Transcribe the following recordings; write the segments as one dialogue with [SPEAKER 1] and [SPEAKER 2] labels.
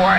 [SPEAKER 1] are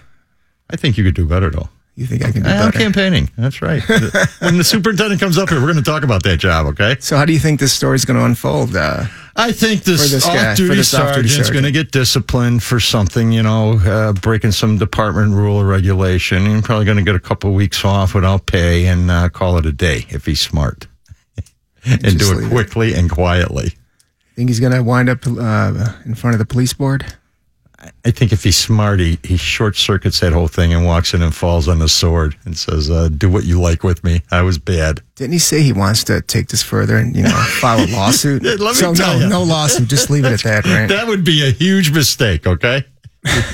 [SPEAKER 2] I think you could do better though.
[SPEAKER 3] You think I can do
[SPEAKER 2] I'm
[SPEAKER 3] better?
[SPEAKER 2] campaigning. That's right. when the superintendent comes up here, we're going to talk about that job. Okay.
[SPEAKER 3] So how do you think this story's going to unfold? Uh,
[SPEAKER 2] I think this,
[SPEAKER 3] For this guy, for
[SPEAKER 2] off-duty
[SPEAKER 3] this off-duty
[SPEAKER 2] sergeant's
[SPEAKER 3] sergeant.
[SPEAKER 2] going to get disciplined for something, you know, uh, breaking some department rule or regulation. He's probably going to get a couple weeks off without pay and uh, call it a day if he's smart and
[SPEAKER 3] just
[SPEAKER 2] do
[SPEAKER 3] leave
[SPEAKER 2] it
[SPEAKER 3] it.
[SPEAKER 2] quickly and quietly.
[SPEAKER 3] think he's going to wind up uh, in front of the police board?
[SPEAKER 2] I think if he's smart, he, he short circuits that whole thing and walks in and falls on his sword and says, uh, "Do what you like with me. I was bad."
[SPEAKER 3] Didn't he say he wants to take this further and you know file a lawsuit?
[SPEAKER 2] Let me
[SPEAKER 3] so
[SPEAKER 2] tell
[SPEAKER 3] no,
[SPEAKER 2] ya.
[SPEAKER 3] no lawsuit. Just leave it at that, right?
[SPEAKER 2] That would be a huge mistake. Okay,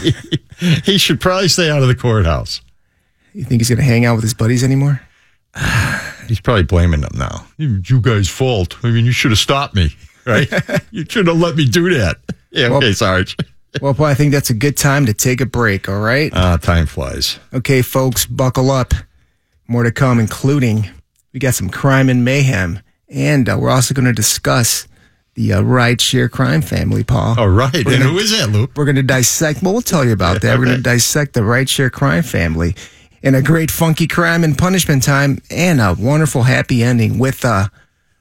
[SPEAKER 2] he should probably stay out of the courthouse.
[SPEAKER 3] you think he's going to hang out with his buddies anymore?
[SPEAKER 2] He's probably blaming them now. You, you guys' fault. I mean, you should have stopped me, right? you shouldn't have let me do that. Yeah, okay, Sarge.
[SPEAKER 3] Well, boy, I think that's a good time to take a break. All right,
[SPEAKER 2] Ah, time flies.
[SPEAKER 3] okay, folks, buckle up. More to come, including we got some crime and mayhem, and uh, we're also going to discuss the uh, rideshare crime family, Paul.
[SPEAKER 2] All right. And who is that, Loop?
[SPEAKER 3] We're going to dissect. Well, we'll tell you about that. We're going to dissect the rideshare crime family in a great funky crime and punishment time and a wonderful happy ending with a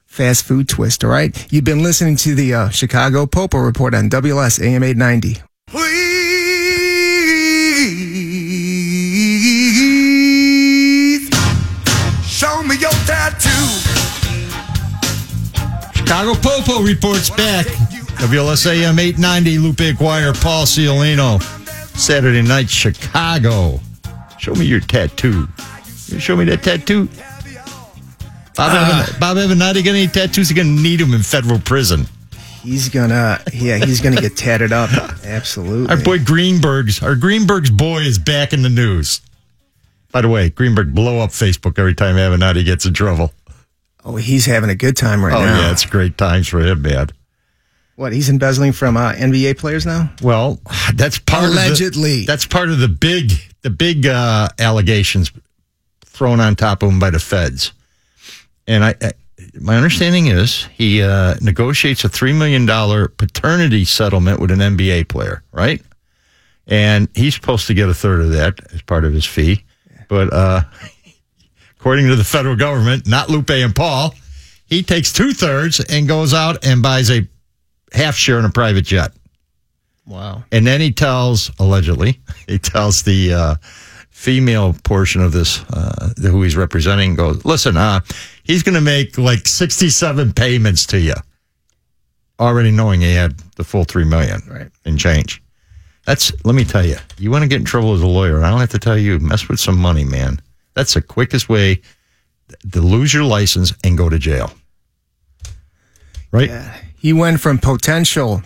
[SPEAKER 3] fast food twist. All right. You've been listening to the uh, Chicago Popo Report on WLS AM 890.
[SPEAKER 1] Please show me your tattoo.
[SPEAKER 2] Chicago Popo reports back. WLSAM 890, Lupe Aguirre, Paul Ciolino. Saturday night, Chicago. Show me your tattoo. You show me that tattoo. Ah. Bob, Evan, Bob Avenatti got any tattoos? He's going to need them in federal prison.
[SPEAKER 3] He's gonna, yeah, he's gonna get tatted up. Absolutely.
[SPEAKER 2] Our boy Greenberg's, our Greenberg's boy is back in the news. By the way, Greenberg blow up Facebook every time Avenatti gets in trouble.
[SPEAKER 3] Oh, he's having a good time right
[SPEAKER 2] Oh
[SPEAKER 3] now.
[SPEAKER 2] yeah, it's great times for him, man.
[SPEAKER 3] What? He's embezzling from uh, NBA players now.
[SPEAKER 2] Well, that's part Of
[SPEAKER 3] Allegedly.
[SPEAKER 2] the, that's part of the big the big uh, allegations thrown on top of him by the feds. And I, I my understanding is he uh, negotiates a three million dollar paternity settlement with an NBA player, right? And he's supposed to get a third of that as part of his fee, but uh, according to the federal government, not Lupe and Paul, he takes two thirds and goes out and buys a half share in a private jet.
[SPEAKER 3] Wow.
[SPEAKER 2] And then he tells, allegedly, he tells the uh, female portion of this, uh, who he's representing, goes, listen, uh, he's going to make like 67 payments to you, already knowing he had the full 3 million
[SPEAKER 3] Right.
[SPEAKER 2] in change. That's, let me tell you, you want to get in trouble as a lawyer. and I don't have to tell you, mess with some money, man. That's the quickest way to lose your license and go to jail. Right?
[SPEAKER 3] He went from potential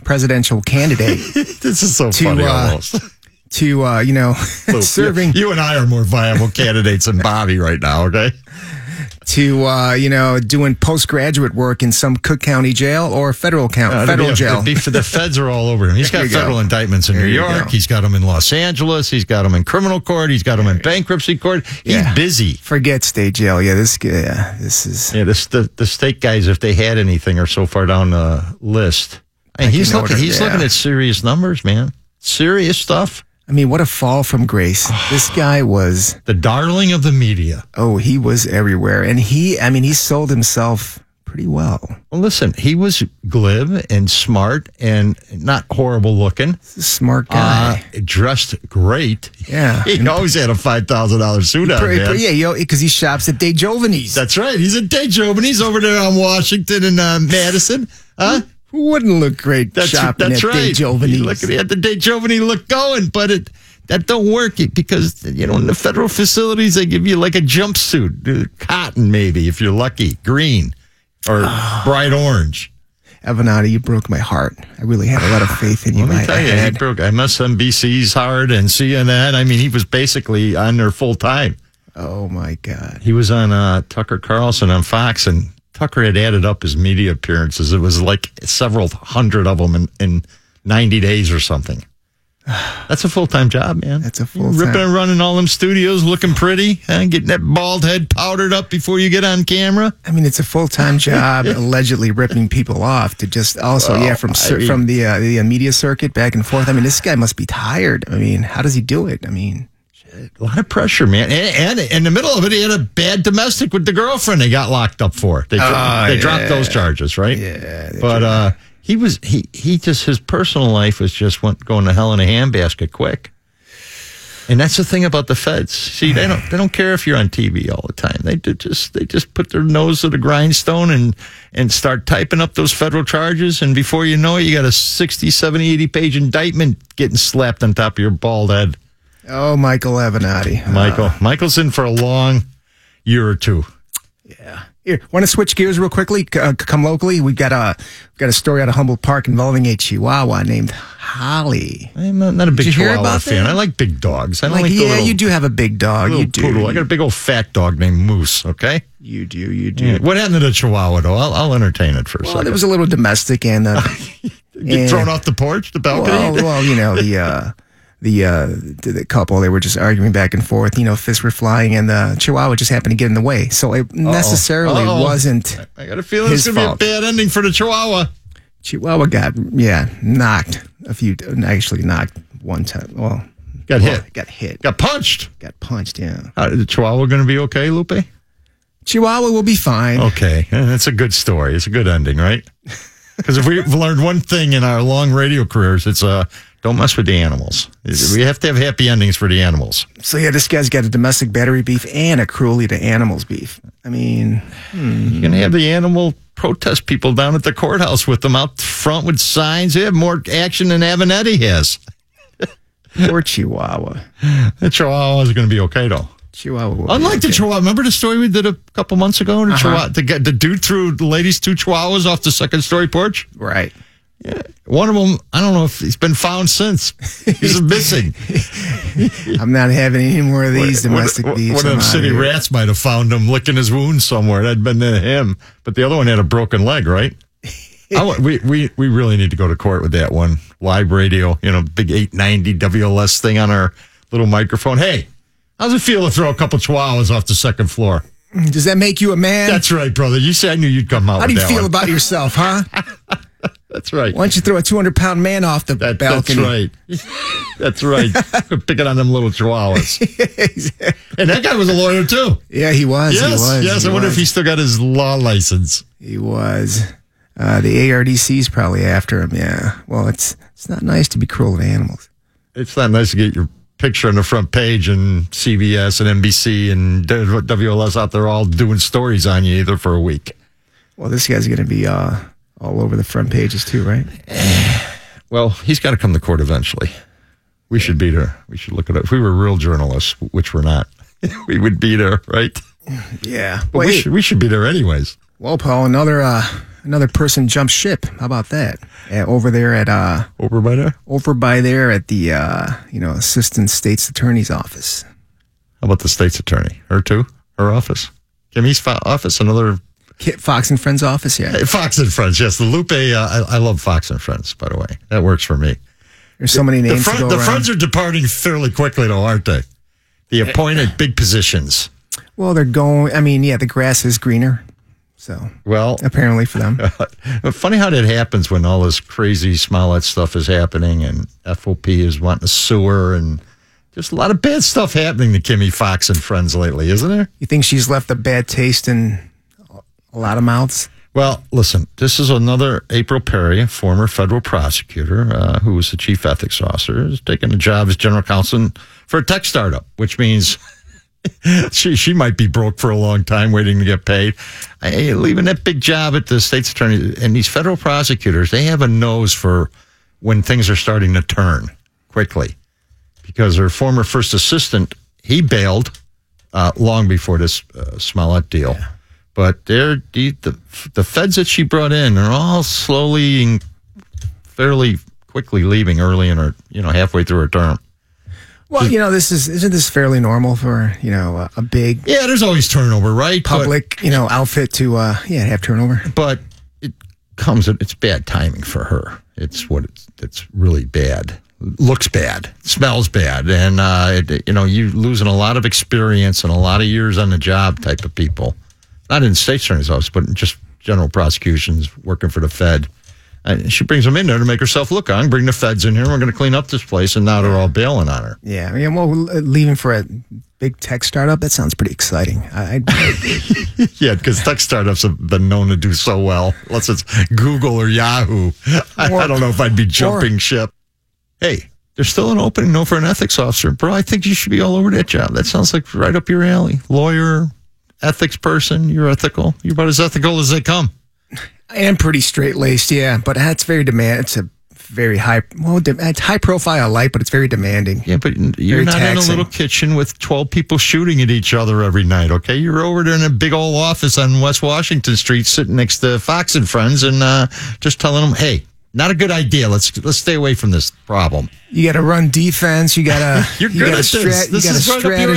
[SPEAKER 3] presidential candidate
[SPEAKER 2] This is so
[SPEAKER 3] To,
[SPEAKER 2] funny
[SPEAKER 3] uh,
[SPEAKER 2] almost.
[SPEAKER 3] to, uh, you know,
[SPEAKER 2] Lou,
[SPEAKER 3] serving
[SPEAKER 2] You, you and I are more viable candidates than Bobby right now, okay?
[SPEAKER 3] to, uh, you know, doing postgraduate work in some Cook County jail or federal count,
[SPEAKER 2] Uh,
[SPEAKER 3] federal
[SPEAKER 2] the-
[SPEAKER 3] jail.
[SPEAKER 2] The, the feds are all over him. He's
[SPEAKER 3] There
[SPEAKER 2] got
[SPEAKER 3] you go.
[SPEAKER 2] federal indictments in
[SPEAKER 3] There
[SPEAKER 2] New
[SPEAKER 3] you
[SPEAKER 2] York.
[SPEAKER 3] go.
[SPEAKER 2] He's got them in Los Angeles. He's got them in criminal court. He's got them in bankruptcy court. He's
[SPEAKER 3] Yeah.
[SPEAKER 2] busy.
[SPEAKER 3] Forget state jail. Yeah, this, yeah, this is.
[SPEAKER 2] Yeah, this, the the state guys, if they had anything, are so far down the list. And he's
[SPEAKER 3] can
[SPEAKER 2] looking.
[SPEAKER 3] order,
[SPEAKER 2] he's
[SPEAKER 3] yeah.
[SPEAKER 2] looking at serious numbers, man. Serious stuff.
[SPEAKER 3] I mean, what a fall from grace. this guy was.
[SPEAKER 2] The darling of the media.
[SPEAKER 3] Oh, he was everywhere, and he. I mean, he sold himself pretty well.
[SPEAKER 2] Well, listen, he was glib and smart and not horrible looking.
[SPEAKER 3] Smart
[SPEAKER 2] Uh,
[SPEAKER 3] guy.
[SPEAKER 2] dressed great.
[SPEAKER 3] Yeah.
[SPEAKER 2] He always had a $5,000 suit on,
[SPEAKER 3] Pretty-
[SPEAKER 2] man.
[SPEAKER 3] pretty- yeah, because he shops at De Giovanni's.
[SPEAKER 2] That's right. He's a day job, and he's over there on Washington and uh, Madison. Huh?
[SPEAKER 3] Who wouldn't look great
[SPEAKER 2] That's,
[SPEAKER 3] Hmm. shopping
[SPEAKER 2] that's
[SPEAKER 3] at
[SPEAKER 2] right.
[SPEAKER 3] De Giovanni's?
[SPEAKER 2] You look at he had the day Giovanni look going, but it that don't work it because you know in the federal facilities they give you like a jumpsuit, uh, cotton maybe if you're lucky, green or bright orange.
[SPEAKER 3] Avenatti, you broke my heart. I really had a lot of faith in you.
[SPEAKER 2] Let
[SPEAKER 3] I,
[SPEAKER 2] me tell
[SPEAKER 3] I
[SPEAKER 2] you, he
[SPEAKER 3] had-
[SPEAKER 2] broke MSNBC's hard and CNN. I mean, he was basically on there full time.
[SPEAKER 3] oh my God.
[SPEAKER 2] He was on uh, Tucker Carlson on Fox, and Tucker had added up his media appearances. It was like several hundred of them in, in 90 days or something. That's a full time job, man.
[SPEAKER 3] That's a
[SPEAKER 2] You're
[SPEAKER 3] full-time-
[SPEAKER 2] Ripping and running all them studios, looking pretty, and getting that bald head powdered up before you get on camera.
[SPEAKER 3] I mean, it's a full time job, allegedly ripping people off to just also, yeah, from cir-
[SPEAKER 2] mean-
[SPEAKER 3] from the uh, the uh, media circuit back and forth. I mean, this guy must be tired. I mean, how does he do it? I mean,
[SPEAKER 2] A lot of pressure, man. And, and in the middle of it, he had a bad domestic with the girlfriend they got locked up for. They, dro- they dropped those charges, right? Yeah. But uh, he was, he, he just, his personal life was just went, going to hell in a handbasket quick. And that's the thing about the feds. See, they don't they don't care if you're on TV all the time. They do just they just put their nose to the grindstone and and start typing up those federal charges and before you know it you got a 60, 70, 80 page indictment getting slapped on top of your bald head.
[SPEAKER 3] oh, Michael Avenatti. Uh,
[SPEAKER 2] Michael. Michael's in for a long year or two.
[SPEAKER 3] Here, want to switch gears real quickly? C- Uh, come locally, we've got a we've got a story out of Humboldt Park involving a Chihuahua named Holly.
[SPEAKER 2] I'm not, not a big
[SPEAKER 3] you hear
[SPEAKER 2] Chihuahua
[SPEAKER 3] about
[SPEAKER 2] fan.
[SPEAKER 3] that?
[SPEAKER 2] I like big dogs. I don't
[SPEAKER 3] Like,
[SPEAKER 2] like, the
[SPEAKER 3] yeah,
[SPEAKER 2] little,
[SPEAKER 3] you do have a big dog.
[SPEAKER 2] little
[SPEAKER 3] You do.
[SPEAKER 2] poodle. I got a big old fat dog named Moose. Okay.
[SPEAKER 3] You do. You do.
[SPEAKER 2] What happened to the Chihuahua though? I'll, I'll entertain it for a
[SPEAKER 3] Well,
[SPEAKER 2] second.
[SPEAKER 3] there was a little domestic and uh,
[SPEAKER 2] Get
[SPEAKER 3] and-
[SPEAKER 2] thrown off the porch, the balcony.
[SPEAKER 3] well, well, you know the uh, the uh, the the couple they were just arguing back and forth. You know, fists were flying, and the Chihuahua just happened to get in the way. So it necessarily
[SPEAKER 2] Uh-oh.
[SPEAKER 3] wasn't
[SPEAKER 2] I got a feeling it's
[SPEAKER 3] his
[SPEAKER 2] going to
[SPEAKER 3] fault.
[SPEAKER 2] be a bad ending for the Chihuahua.
[SPEAKER 3] Chihuahua got yeah knocked a few actually knocked one time. Well,
[SPEAKER 2] Got
[SPEAKER 3] well,
[SPEAKER 2] hit.
[SPEAKER 3] Got hit.
[SPEAKER 2] Got punched.
[SPEAKER 3] got punched. Yeah.
[SPEAKER 2] Uh, is the Chihuahua going to be okay, Lupe?
[SPEAKER 3] Chihuahua will be fine.
[SPEAKER 2] Okay, Eh, that's a good story. It's a good ending, right? Because if we've learned one thing in our long radio careers, it's uh, don't mess with the animals. We have to have happy endings for the animals.
[SPEAKER 3] So yeah, this guy's got a domestic battery beef and a cruelty to animals beef. I mean,
[SPEAKER 2] You can have the animal protest people down at the courthouse with them out front with signs. They have more action than Avenetti has.
[SPEAKER 3] poor Chihuahua.
[SPEAKER 2] The Chihuahua is going to be okay, though.
[SPEAKER 3] Chihuahua. will be
[SPEAKER 2] Unlike the
[SPEAKER 3] okay.
[SPEAKER 2] Chihuahua, remember the story we did a couple months ago? The, Chihuahua, the, guy- the dude threw the ladies' two Chihuahuas off the second story porch?
[SPEAKER 3] right.
[SPEAKER 2] One of them, I don't know if he's been found since. He's missing.
[SPEAKER 3] I'm not having any more of these
[SPEAKER 2] One-
[SPEAKER 3] domestic
[SPEAKER 2] one,
[SPEAKER 3] thieves.
[SPEAKER 2] One of them
[SPEAKER 3] I'm outta
[SPEAKER 2] city
[SPEAKER 3] here.
[SPEAKER 2] rats might have found him licking his wound somewhere. That'd been to him. But the other one had a broken leg, right? I want- we, we we really need to go to court with that one. Live radio, you know, big 890 WLS thing on our little microphone. Hey, how's it feel to throw a couple chihuahuas off the second floor?
[SPEAKER 3] Does that make you a man?
[SPEAKER 2] That's right, brother. You said I knew you'd come out
[SPEAKER 3] How
[SPEAKER 2] with
[SPEAKER 3] do you
[SPEAKER 2] that
[SPEAKER 3] feel
[SPEAKER 2] one.
[SPEAKER 3] about yourself, huh?
[SPEAKER 2] That's right.
[SPEAKER 3] Why don't you throw a 200 pound man off the
[SPEAKER 2] That- that's
[SPEAKER 3] balcony?
[SPEAKER 2] right. that's right. Picking on them little chihuahas. And that guy was a lawyer, too.
[SPEAKER 3] Yeah, he was.
[SPEAKER 2] Yes,
[SPEAKER 3] he was.
[SPEAKER 2] yes.
[SPEAKER 3] he
[SPEAKER 2] I wonder
[SPEAKER 3] was.
[SPEAKER 2] if he still got his law license.
[SPEAKER 3] He was. Uh, the ARDC's probably after him. Yeah. Well, it's it's not nice to be cruel to animals.
[SPEAKER 2] It's not nice to get your picture on the front page and CBS and NBC and WLS out there all doing stories on you either for a week.
[SPEAKER 3] Well, this guy's going to be uh, all over the front pages too, right?
[SPEAKER 2] Well, he's got to come to court eventually. We should beat her. We should look it up. If we were real journalists, which we're not, we would beat her, right?
[SPEAKER 3] Yeah.
[SPEAKER 2] But we
[SPEAKER 3] Wait.
[SPEAKER 2] should, we should beat her anyways.
[SPEAKER 3] Well, Paul, another uh, another person jumped ship. How about that? Uh, over there at uh,
[SPEAKER 2] Over by there?
[SPEAKER 3] over by there at the uh, you know assistant state's attorney's office.
[SPEAKER 2] How about the state's attorney? Her too? Her office? Jimmy's fo- office, another
[SPEAKER 3] Kit Fox and Friends office. Yeah.
[SPEAKER 2] Hey, Fox and Friends. Yes, the Lupe. Uh, I, I love Fox and Friends, by the way. That works for me.
[SPEAKER 3] There's so many
[SPEAKER 2] The,
[SPEAKER 3] names
[SPEAKER 2] front,
[SPEAKER 3] to go
[SPEAKER 2] the
[SPEAKER 3] around.
[SPEAKER 2] friends are departing fairly quickly, though, aren't they? The appointed big positions.
[SPEAKER 3] well, they're going. I mean, yeah, the grass is greener. So
[SPEAKER 2] Well,
[SPEAKER 3] apparently for them.
[SPEAKER 2] funny how that happens when all this crazy Smollett stuff is happening and FOP is wanting a sewer and just a lot of bad stuff happening to Kimmy Fox and friends lately, isn't there?
[SPEAKER 3] You think she's left a bad taste in a lot of mouths?
[SPEAKER 2] Well, listen, this is another April Perry, former federal prosecutor uh, who was the chief ethics officer, is taking a job as general counsel for a tech startup, which means she she might be broke for a long time waiting to get paid. Hey, leaving that big job at the state's attorney and these federal prosecutors, they have a nose for when things are starting to turn quickly because her former first assistant he bailed uh, long before this uh, Smollett deal. But they're, the, the the feds that she brought in are all slowly and fairly quickly leaving early in her you know halfway through her term.
[SPEAKER 3] Well, you know, this is isn't this fairly normal for you know a, a big
[SPEAKER 2] Yeah, there's always turnover, right? But-
[SPEAKER 3] public you know outfit to uh yeah have turnover.
[SPEAKER 2] but it comes at it's bad timing for her. It's what it's that's really bad. Looks bad, smells bad, and uh, it, you know you losing a lot of experience and a lot of years on the job type of people, not in state attorney's office, but in just general prosecutions working for the Fed. And she brings them in there to make herself look. I'm bring the feds in here. We're going to clean up this place, and now they're all bailing on her.
[SPEAKER 3] Yeah, I mean, well, leaving for a big tech startup that sounds pretty exciting. I, I
[SPEAKER 2] Yeah, because tech startups have been known to do so well, unless it's Google or Yahoo. I, I don't know if I'd be jumping ship. Hey, there's still an opening though for an ethics officer, bro. I think you should be all over that job. That sounds like right up your alley. Lawyer, ethics person. You're ethical. You're about as ethical as they come.
[SPEAKER 3] I am pretty straight laced, yeah, but that's very demand. It's a very high well, de- it's high profile light, but it's very demanding.
[SPEAKER 2] Yeah, but you're
[SPEAKER 3] Very
[SPEAKER 2] not in a
[SPEAKER 3] taxing.
[SPEAKER 2] little kitchen with 12 people shooting at each other every night, okay? You're over there in a big old office on West Washington Street sitting next to Fox and Friends and uh, just telling them, hey, not a good idea. Let's let's stay away from this problem.
[SPEAKER 3] You got to run defense. You got to
[SPEAKER 2] You're good
[SPEAKER 3] you gotta
[SPEAKER 2] at this. This
[SPEAKER 3] you got
[SPEAKER 2] is
[SPEAKER 3] to
[SPEAKER 2] right up your alley.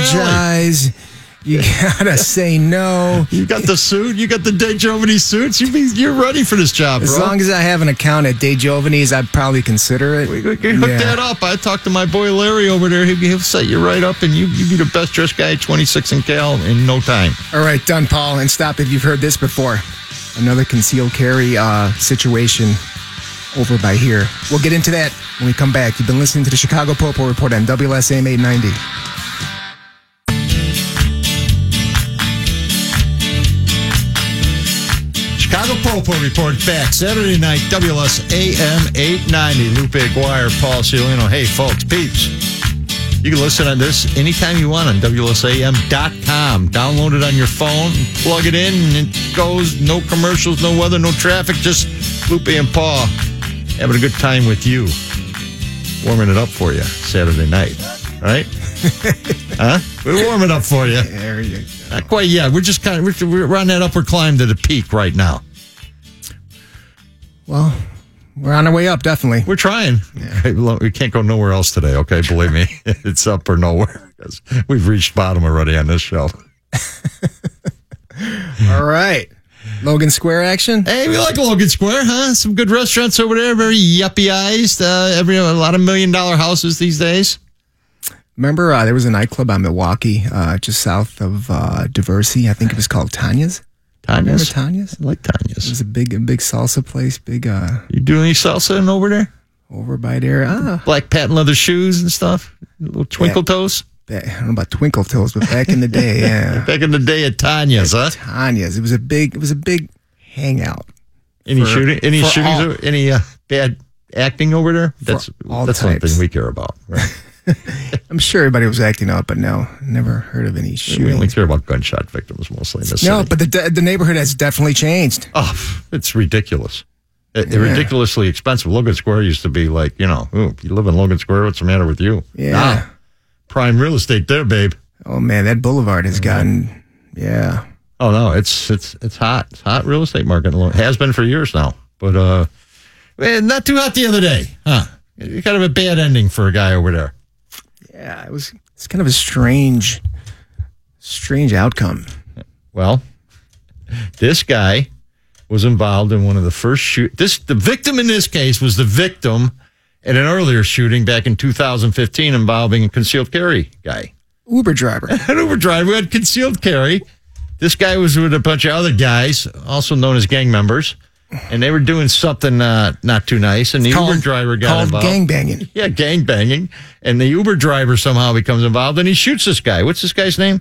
[SPEAKER 3] strategize. You got to say no.
[SPEAKER 2] You got the suit. You got the Day Germany suits. You be, you're ready for this job,
[SPEAKER 3] As
[SPEAKER 2] bro.
[SPEAKER 3] long as I have an account at De Jovanis, I'd probably consider it. We,
[SPEAKER 2] Hook that up. I talked to my boy Larry over there. He'll, he'll set you right up, and you you be the best dressed guy at 26 and Cal in no time.
[SPEAKER 3] All right, done, Paul. And stop if you've heard this before. Another concealed carry uh, situation over by here. We'll get into that when we come back. You've been listening to the Chicago Popo Report on WSM 890.
[SPEAKER 2] Chicago Popo Report back Saturday night, WSAM 890. Lupe Aguirre, Paul Ciolino. Hey, folks, peeps. You can listen on this anytime you want on WSAM.com. Download it on your phone, plug it in, and it goes. No commercials, no weather, no traffic, just Lupe and Paul having a good time with you. Warming it up for you Saturday night, right? huh? We're warming up for you.
[SPEAKER 3] There you go.
[SPEAKER 2] Not quite yet. We're just kind of we're, we're on that upward climb to the peak right now.
[SPEAKER 3] Well, We're on our way up, definitely.
[SPEAKER 2] We're trying. Okay, well, we can't go nowhere else today, okay? Believe me, it's up or nowhere 'cause we've reached bottom already on this show.
[SPEAKER 3] All right. Logan Square action.
[SPEAKER 2] Hey, we like Logan Square, huh? Some good restaurants over there, very yuppieized. Uh, every a lot of million dollar houses these days.
[SPEAKER 3] Remember, uh, there was a nightclub on Milwaukee, uh, just south of uh, Diversity. I think it was called Tanya's. Remember
[SPEAKER 2] Tanya's, I
[SPEAKER 3] Tanya's? It
[SPEAKER 2] like Tanya's.
[SPEAKER 3] was a big, a big salsa place. Big uh,
[SPEAKER 2] You doing any salsa in over there?
[SPEAKER 3] over by there. Ah,
[SPEAKER 2] Black patent leather shoes and stuff. Little twinkle toes.
[SPEAKER 3] that, I don't know about Twinkle Toes, but back in the day, yeah,
[SPEAKER 2] Back in the day at Tanya's, huh?
[SPEAKER 3] Tanya's. It was a big, it was a big hangout.
[SPEAKER 2] Any
[SPEAKER 3] For-
[SPEAKER 2] shooting? Any
[SPEAKER 3] for
[SPEAKER 2] shootings?
[SPEAKER 3] all.
[SPEAKER 2] o- Any uh, bad acting over there? That's
[SPEAKER 3] all
[SPEAKER 2] that's
[SPEAKER 3] types.
[SPEAKER 2] something we care about. Right?
[SPEAKER 3] I'm sure everybody was acting up, but no, never heard of any
[SPEAKER 2] We only
[SPEAKER 3] shootings.
[SPEAKER 2] care about gunshot victims mostly in this
[SPEAKER 3] No,
[SPEAKER 2] city.
[SPEAKER 3] but the de- the neighborhood has definitely changed.
[SPEAKER 2] Oh, pff, it's ridiculous. It, it Ridiculously expensive. Logan Square used to be like, you know, ooh, you live in Logan Square, what's the matter with you?
[SPEAKER 3] Yeah.
[SPEAKER 2] Now, prime real estate there, babe.
[SPEAKER 3] Oh man, that boulevard has gotten, yeah.
[SPEAKER 2] Oh no, it's it's it's hot. It's hot real estate market in Lo- has been for years now. But uh eh, not too hot the other day, huh? It- Kind of a bad ending for a guy over there.
[SPEAKER 3] Yeah, it was. It's kind of a strange, strange outcome.
[SPEAKER 2] Well, this guy was involved in one of the first shoot. This the victim in this case was the victim in an earlier shooting back in 2015 involving a concealed carry guy.
[SPEAKER 3] Uber driver.
[SPEAKER 2] An Uber driver had concealed carry. This guy was with a bunch of other guys, also known as gang members, and they were doing something uh, not too nice. And the Uber driver got
[SPEAKER 3] called
[SPEAKER 2] involved.
[SPEAKER 3] gang banging.
[SPEAKER 2] yeah, gang banging. And the Uber driver somehow becomes involved, and he shoots this guy. What's this guy's name?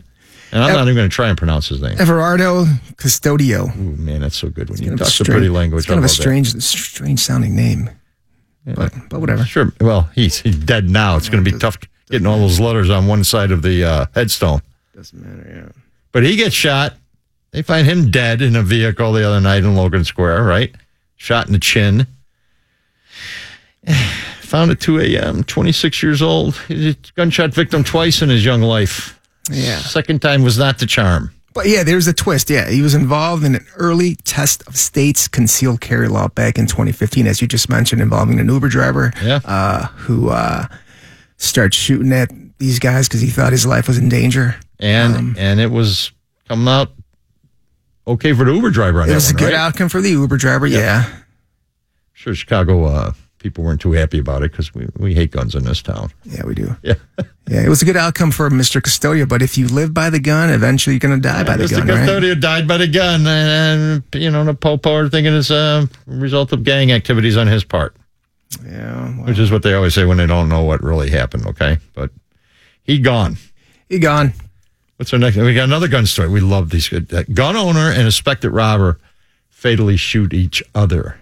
[SPEAKER 2] And I'm not even going to try and pronounce his name.
[SPEAKER 3] Everardo Custodio.
[SPEAKER 2] Ooh, man, that's so good when you
[SPEAKER 3] Kind of a
[SPEAKER 2] talk some
[SPEAKER 3] strange-
[SPEAKER 2] pretty language.
[SPEAKER 3] It's kind
[SPEAKER 2] I
[SPEAKER 3] of a
[SPEAKER 2] love that.
[SPEAKER 3] strange, strange sounding name. But but whatever.
[SPEAKER 2] Sure. Well, he's, he's dead now. It's going to be tough getting all those letters on one side of the uh, headstone.
[SPEAKER 3] Doesn't matter. Yeah.
[SPEAKER 2] But he gets shot. They find him dead in a vehicle the other night in Logan Square, right? Shot in the chin. Found at 2 a.m., 26 years old. He's a gunshot victim twice in his young life.
[SPEAKER 3] Yeah.
[SPEAKER 2] Second time was not the charm.
[SPEAKER 3] But yeah, there's a twist. Yeah, he was involved in an early test of states concealed carry law back in 2015, as you just mentioned, involving an Uber driver
[SPEAKER 2] Yeah.
[SPEAKER 3] uh, who uh, starts shooting at these guys because he thought his life was in danger.
[SPEAKER 2] And
[SPEAKER 3] um,
[SPEAKER 2] and it was coming out okay for the Uber driver on
[SPEAKER 3] It
[SPEAKER 2] that
[SPEAKER 3] was a
[SPEAKER 2] one,
[SPEAKER 3] good
[SPEAKER 2] right?
[SPEAKER 3] outcome for the Uber driver. Yeah.
[SPEAKER 2] sure Chicago uh, people weren't too happy about it because we, we hate guns in this town.
[SPEAKER 3] Yeah, we do.
[SPEAKER 2] Yeah.
[SPEAKER 3] Yeah, it was a good outcome for Mr. Custodio, but if you live by the gun, eventually you're going to die by the
[SPEAKER 2] Mr.
[SPEAKER 3] gun, right?
[SPEAKER 2] Custodio died by the gun, and, and, you know the Popo are thinking it's a uh, result of gang activities on his part,
[SPEAKER 3] Yeah. Well,
[SPEAKER 2] which is what they always say when they don't know what really happened. Okay, but he gone.
[SPEAKER 3] he gone.
[SPEAKER 2] What's our next? We got another gun story. We love these. Good uh, gun owner and suspected robber fatally shoot each other,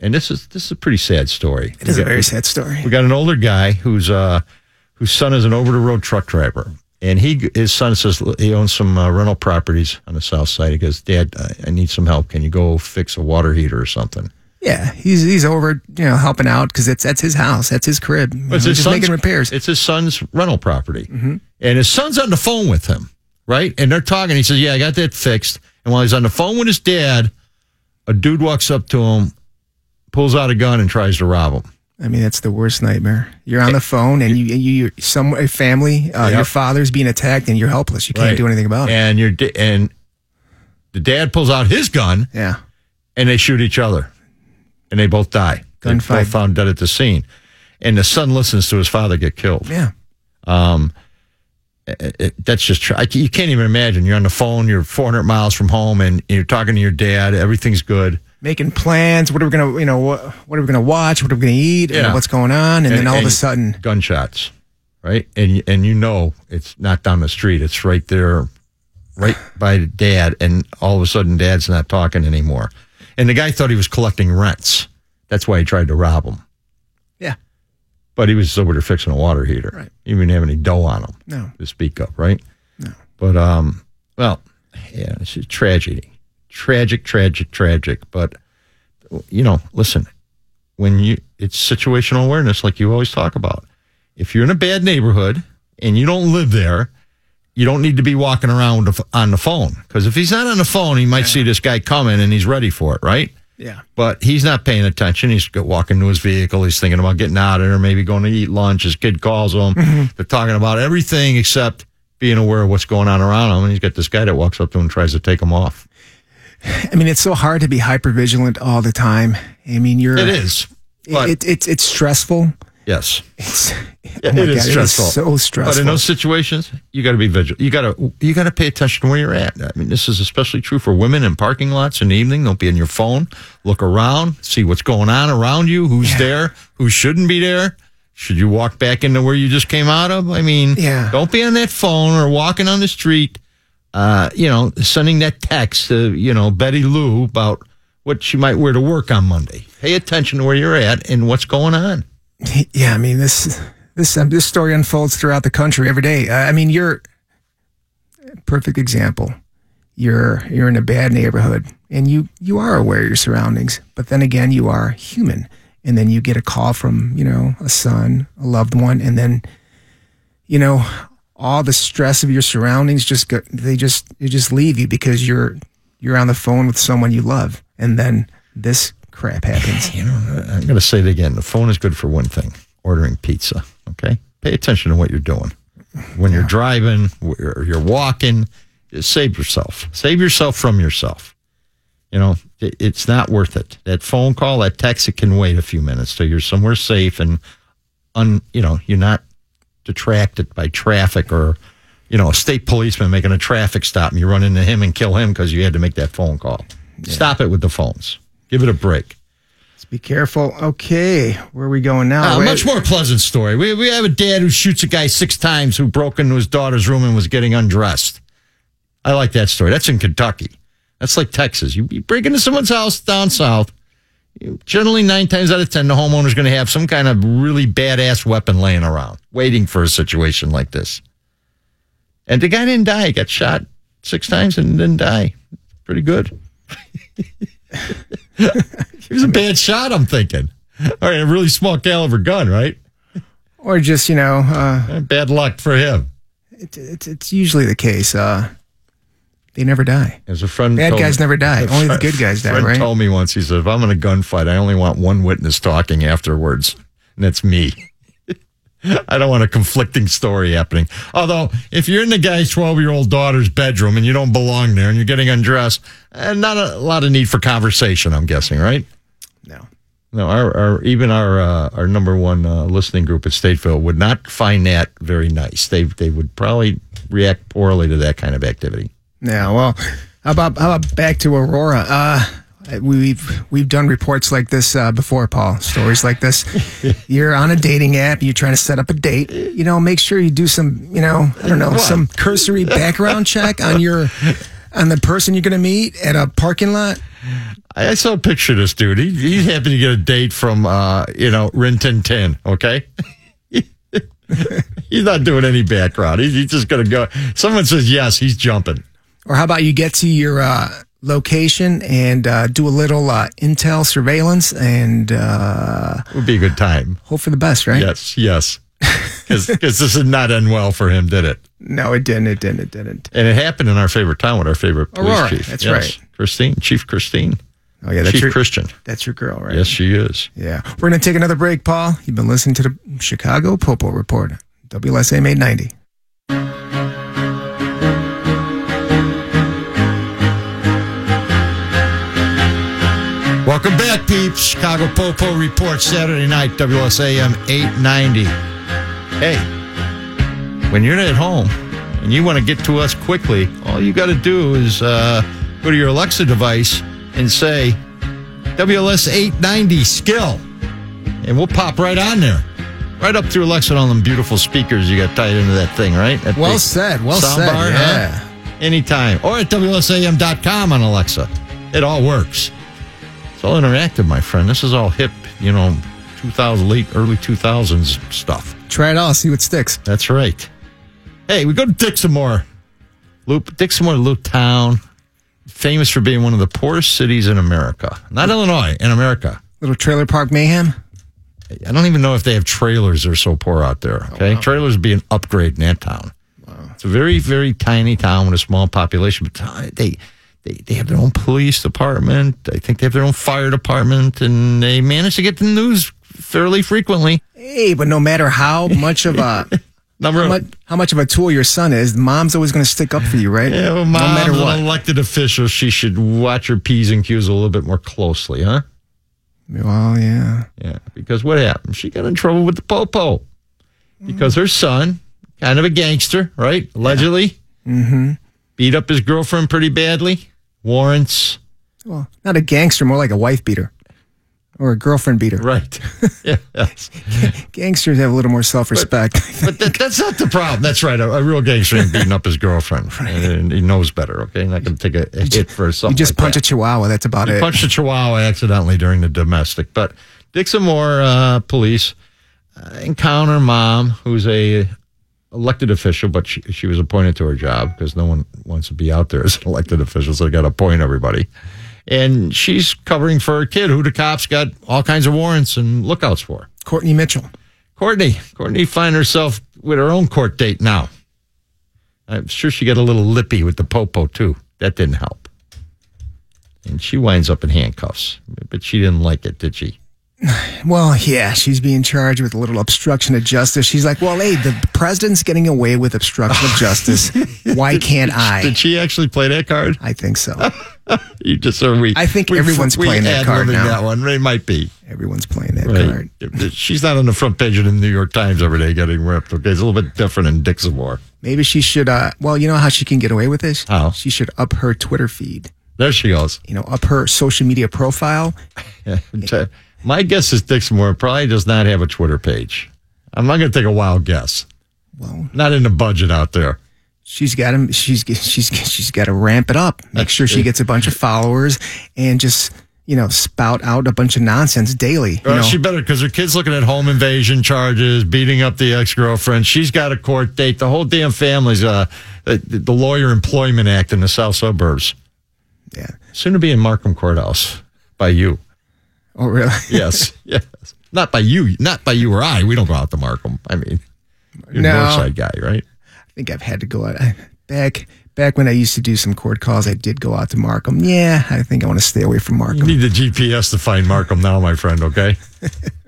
[SPEAKER 2] and this is this is a pretty sad story.
[SPEAKER 3] It is a very sad story.
[SPEAKER 2] We got an older guy who's uh, whose son is an over the road truck driver, and he his son says he owns some uh, rental properties on the south side. He goes, Dad, I, I need some help. Can you go fix a water heater or something?
[SPEAKER 3] Yeah, he's he's over, you know, helping out because it's that's his house, that's his crib. You know,
[SPEAKER 2] But
[SPEAKER 3] just making
[SPEAKER 2] son's-
[SPEAKER 3] repairs. Mm-hmm.
[SPEAKER 2] It's his son's rental property, and his son's on the phone with him, right? And they're talking. He says, "Yeah, I got that fixed." And while he's on the phone with his dad, a dude walks up to him, pulls out a gun, and tries to rob him.
[SPEAKER 3] I mean, that's the worst nightmare. You're on the phone and you and you you're some a family, uh, your father's being attacked and you're helpless. You can't
[SPEAKER 2] Right.
[SPEAKER 3] do anything about it.
[SPEAKER 2] And your da- and the dad pulls out his gun.
[SPEAKER 3] Yeah.
[SPEAKER 2] and they shoot each other, and they both die. They
[SPEAKER 3] Gunfight.
[SPEAKER 2] both found dead at the scene, and the son listens to his father get killed.
[SPEAKER 3] Yeah.
[SPEAKER 2] It- it- that's just tr- I, ca- you can't even imagine. You're on the phone. You're 400 miles from home, and you're talking to your dad. Everything's good.
[SPEAKER 3] Making plans. What are we gonna, you know, what, what are we gonna watch? What are we gonna eat? You know,
[SPEAKER 2] Yeah.
[SPEAKER 3] what's going on? And, then all of a sudden,
[SPEAKER 2] gunshots, right? And y- and you know it's not down the street. It's right there, right by dad. And all of a sudden, dad's not talking anymore. And the guy thought he was collecting rents. That's why he tried to rob him.
[SPEAKER 3] yeah,
[SPEAKER 2] But he was over there fixing a water heater.
[SPEAKER 3] Right.
[SPEAKER 2] He didn't have any dough on him.
[SPEAKER 3] no,
[SPEAKER 2] to speak of, right? No. But um, well, yeah, it's a tragedy, tragic, tragic, tragic. But you know, listen, when you it's situational awareness, like you always talk about. If you're in a bad neighborhood and you don't live there, you don't need to be walking around on the phone because if he's not on the phone, he might see this guy coming and he's ready for it, right?
[SPEAKER 3] Yeah.
[SPEAKER 2] But he's not paying attention. He's go- walking to his vehicle. He's thinking about getting out of there, maybe going to eat lunch. His kid calls him. They're talking about everything except being aware of what's going on around him. And he's got this guy that walks up to him and tries to take him off.
[SPEAKER 3] I mean, it's so hard to be hyper vigilant all the time. I mean, you're
[SPEAKER 2] It is. But
[SPEAKER 3] It, it's it's stressful.
[SPEAKER 2] yes.
[SPEAKER 3] It's oh
[SPEAKER 2] Yeah, it is stressful.
[SPEAKER 3] so
[SPEAKER 2] But
[SPEAKER 3] stressful.
[SPEAKER 2] in those situations, you got to be vigilant. You got to you got to pay attention to where you're at. I mean, this is especially true for women in parking lots in the evening. Don't be on your phone. Look around, see what's going on around you. Who's there? Who shouldn't be there? Should you walk back into where you just came out of? I mean,
[SPEAKER 3] Yeah.
[SPEAKER 2] don't be on that phone or walking on the street. Uh, you know, sending that text to you know Betty Lou about what she might wear to work on Monday. Pay attention to where you're at and what's going on.
[SPEAKER 3] yeah, I mean this this um, this story unfolds throughout the country every day. Uh, I mean, you're perfect example. You're you're in a bad neighborhood, and you you are aware of your surroundings. But then again, you are human, and then you get a call from you know a son, a loved one, and then you know all the stress of your surroundings just go, they just they just leave you because you're you're on the phone with someone you love, and then this crap happens.
[SPEAKER 2] You know, I'm going to say it again. The phone is good for one thing ordering pizza. Okay. Pay attention to what you're doing. When you're driving or you're walking, just save yourself. Save yourself from yourself. You know, it, it's not worth it. That phone call, that text, it can wait a few minutes till you're somewhere safe and, un, you know, you're not detracted by traffic or, you know, a state policeman making a traffic stop and you run into him and kill him because you had to make that phone call. Stop it with the phones. Give it a break.
[SPEAKER 3] Be careful. Okay, where are we going now?
[SPEAKER 2] A
[SPEAKER 3] Wait-
[SPEAKER 2] Uh, much more pleasant story. We, we have a dad who shoots a guy six times who broke into his daughter's room and was getting undressed. I like that story. That's in Kentucky. That's like Texas. You, you break into someone's house down south. you- Generally, nine times out of ten, the homeowner's going to have some kind of really badass weapon laying around, waiting for a situation like this. And the guy didn't die. He got shot six times and didn't die. Pretty good. It was a bad shot, I'm thinking. All right, a really small caliber gun, right?
[SPEAKER 3] Or just, you know, uh,
[SPEAKER 2] Eh, Bad luck for him.
[SPEAKER 3] it, it, it's usually the case. Uh, they never die.
[SPEAKER 2] As a friend,
[SPEAKER 3] Bad
[SPEAKER 2] told
[SPEAKER 3] guys
[SPEAKER 2] me-
[SPEAKER 3] never die.
[SPEAKER 2] a
[SPEAKER 3] Only the
[SPEAKER 2] fri-
[SPEAKER 3] good guys die,
[SPEAKER 2] friend
[SPEAKER 3] right?
[SPEAKER 2] Told me once. He said, "If I'm in a gunfight, I only want one witness talking afterwards, and that's me. I don't want a conflicting story happening. Although, if you're in the guy's 12 year old daughter's bedroom and you don't belong there, and you're getting undressed, and not a lot of need for conversation, I'm guessing, right?
[SPEAKER 3] No.
[SPEAKER 2] No, our, our even our uh, our number one uh, listening group at Stateville would not find that very nice. They they would probably react poorly to that kind of activity.
[SPEAKER 3] No. Well, how about how about back to Aurora? Uh, we've we've done reports like this uh, before, Paul. Stories like this. You're on a dating app. You're trying to set up a date. You know, make sure you do some. You know, I don't know, some cursory background check on your on the person you're going to meet at a parking lot.
[SPEAKER 2] I, I saw a picture of this dude. He, he's happy to get a date from uh, you know Rin Tin Tin. Okay, he's not doing any background. He's, he's just gonna go. Someone says yes, he's jumping.
[SPEAKER 3] Or how about you get to your uh, location and uh, do a little uh, intel surveillance and uh,
[SPEAKER 2] Would be a good time.
[SPEAKER 3] hope for the best, right?
[SPEAKER 2] Yes, yes, because this did not end well for him, did it?
[SPEAKER 3] No, it didn't. It didn't. It didn't.
[SPEAKER 2] And it happened in our favorite town with our favorite police
[SPEAKER 3] Aurora,
[SPEAKER 2] chief.
[SPEAKER 3] that's right.
[SPEAKER 2] Christine, Chief Christine.
[SPEAKER 3] Oh yeah, that's
[SPEAKER 2] Chief
[SPEAKER 3] your
[SPEAKER 2] Christian.
[SPEAKER 3] that's your girl, right?
[SPEAKER 2] Yes, she is.
[SPEAKER 3] Yeah. We're gonna take another break, Paul. You've been listening to the Chicago Popo Report, WLSM eight ninety.
[SPEAKER 2] Welcome back, peeps. Chicago Popo Report, Saturday night, WSAM 890. Hey, when you're at home and you want to get to us quickly, all you got to do is uh, go to your Alexa device and say, WLS 890 skill. And we'll pop right on there. Right up through Alexa and all them beautiful speakers you got tied into that thing, right? That
[SPEAKER 3] Well
[SPEAKER 2] big
[SPEAKER 3] said, well
[SPEAKER 2] sound
[SPEAKER 3] said,
[SPEAKER 2] bar, huh?
[SPEAKER 3] yeah.
[SPEAKER 2] Anytime. Or at WSAM.com on Alexa. It all works. It's all interactive, my friend. This is all hip, you know, 2000, late, early 2000s stuff.
[SPEAKER 3] Try it all, see what sticks.
[SPEAKER 2] That's right. Hey, we go to Dixmoor. Loop Dixmoor, little town, famous for being one of the poorest cities in America. Not Illinois, in America.
[SPEAKER 3] Little trailer park mayhem.
[SPEAKER 2] I don't even know if they have trailers. They're so poor out
[SPEAKER 3] Oh,
[SPEAKER 2] there. Okay, trailers would be an upgrade in that town. It's a very, very tiny town with a small population, but t- uh, they they, they have their own police department. I think they have their own fire department, and they manage to get the news fairly frequently.
[SPEAKER 3] Hey, but no matter how much of a
[SPEAKER 2] Number
[SPEAKER 3] how
[SPEAKER 2] of-
[SPEAKER 3] much, how much of a tool your son is, mom's always going to stick up for you, right?
[SPEAKER 2] Yeah, well,
[SPEAKER 3] no matter
[SPEAKER 2] mom's
[SPEAKER 3] what.
[SPEAKER 2] an elected official. She should watch her p's and q's a little bit more closely, huh?
[SPEAKER 3] Well, yeah.
[SPEAKER 2] Yeah, because what happened? She got in trouble with the popo because her son, kind of a gangster, right? Allegedly, mm-hmm. beat up his girlfriend pretty badly. Warrants,
[SPEAKER 3] Well, not a gangster, more like a wife beater or a girlfriend beater.
[SPEAKER 2] right? yeah,
[SPEAKER 3] Gangsters have a little more self-respect.
[SPEAKER 2] but that, that's not the problem. That's right. A, a real gangster ain't beating up his girlfriend, and he knows better. Okay, not gonna take a, a hit for something.
[SPEAKER 3] you just
[SPEAKER 2] like
[SPEAKER 3] punch
[SPEAKER 2] that.
[SPEAKER 3] a chihuahua. That's about
[SPEAKER 2] He
[SPEAKER 3] it.
[SPEAKER 2] punched a chihuahua accidentally during the domestic. But Dixon Moore uh, police uh, encounter mom, who's a elected official, but she, she was appointed to her job because no one wants to be out there as an elected official, so they got to appoint everybody. And she's covering for a kid who the cops got all kinds of warrants and lookouts for.
[SPEAKER 3] Courtney Mitchell.
[SPEAKER 2] Courtney, Courtney, find herself with her own court date now. I'm sure she got a little lippy with the popo too. That didn't help, and she winds up in handcuffs. But she didn't like it, did she?
[SPEAKER 3] Well, yeah, she's being charged with a little obstruction of justice. She's like, well, hey, the president's getting away with obstruction of justice. Why can't I?
[SPEAKER 2] Did she actually play that card?
[SPEAKER 3] I think so.
[SPEAKER 2] You just are we.
[SPEAKER 3] I think
[SPEAKER 2] we-
[SPEAKER 3] everyone's
[SPEAKER 2] we
[SPEAKER 3] playing that card
[SPEAKER 2] ad-libbing
[SPEAKER 3] now.
[SPEAKER 2] That one, it might be.
[SPEAKER 3] Everyone's playing that
[SPEAKER 2] Right.
[SPEAKER 3] card.
[SPEAKER 2] She's not on the front page of the New York Times every day getting ripped. Okay, it's a little bit different in Dixamore.
[SPEAKER 3] Maybe she should. Uh, well, you know how she can get away with this?
[SPEAKER 2] How?
[SPEAKER 3] She should up her Twitter feed.
[SPEAKER 2] There she goes.
[SPEAKER 3] You know, up her social media profile.
[SPEAKER 2] My guess is Dixmoor probably does not have a Twitter page. I'm not going to take a wild guess.
[SPEAKER 3] Well,
[SPEAKER 2] Not in the budget out there.
[SPEAKER 3] she's got him. She's she's she's got to ramp it up. Make sure she gets a bunch of followers and just you know spout out a bunch of nonsense daily. You
[SPEAKER 2] Well,
[SPEAKER 3] know?
[SPEAKER 2] Uh, she better because her kid's looking at home invasion charges, beating up the ex girlfriend. She's got a court date. The whole damn family's uh, the, the Lawyer Employment Act in the South Suburbs.
[SPEAKER 3] yeah.
[SPEAKER 2] Soon to be in Markham Courthouse by you.
[SPEAKER 3] Oh really?
[SPEAKER 2] Yes, yes. Not by you. Not by you or I. We don't go out to Markham. I mean, you're
[SPEAKER 3] No.
[SPEAKER 2] a Northside guy, right?
[SPEAKER 3] I think I've had to go out I- back back when I used to do some court calls. I did go out to Markham. Yeah, I think I want to stay away from
[SPEAKER 2] You
[SPEAKER 3] Markham.
[SPEAKER 2] need the GPS to find Markham now, my friend, okay?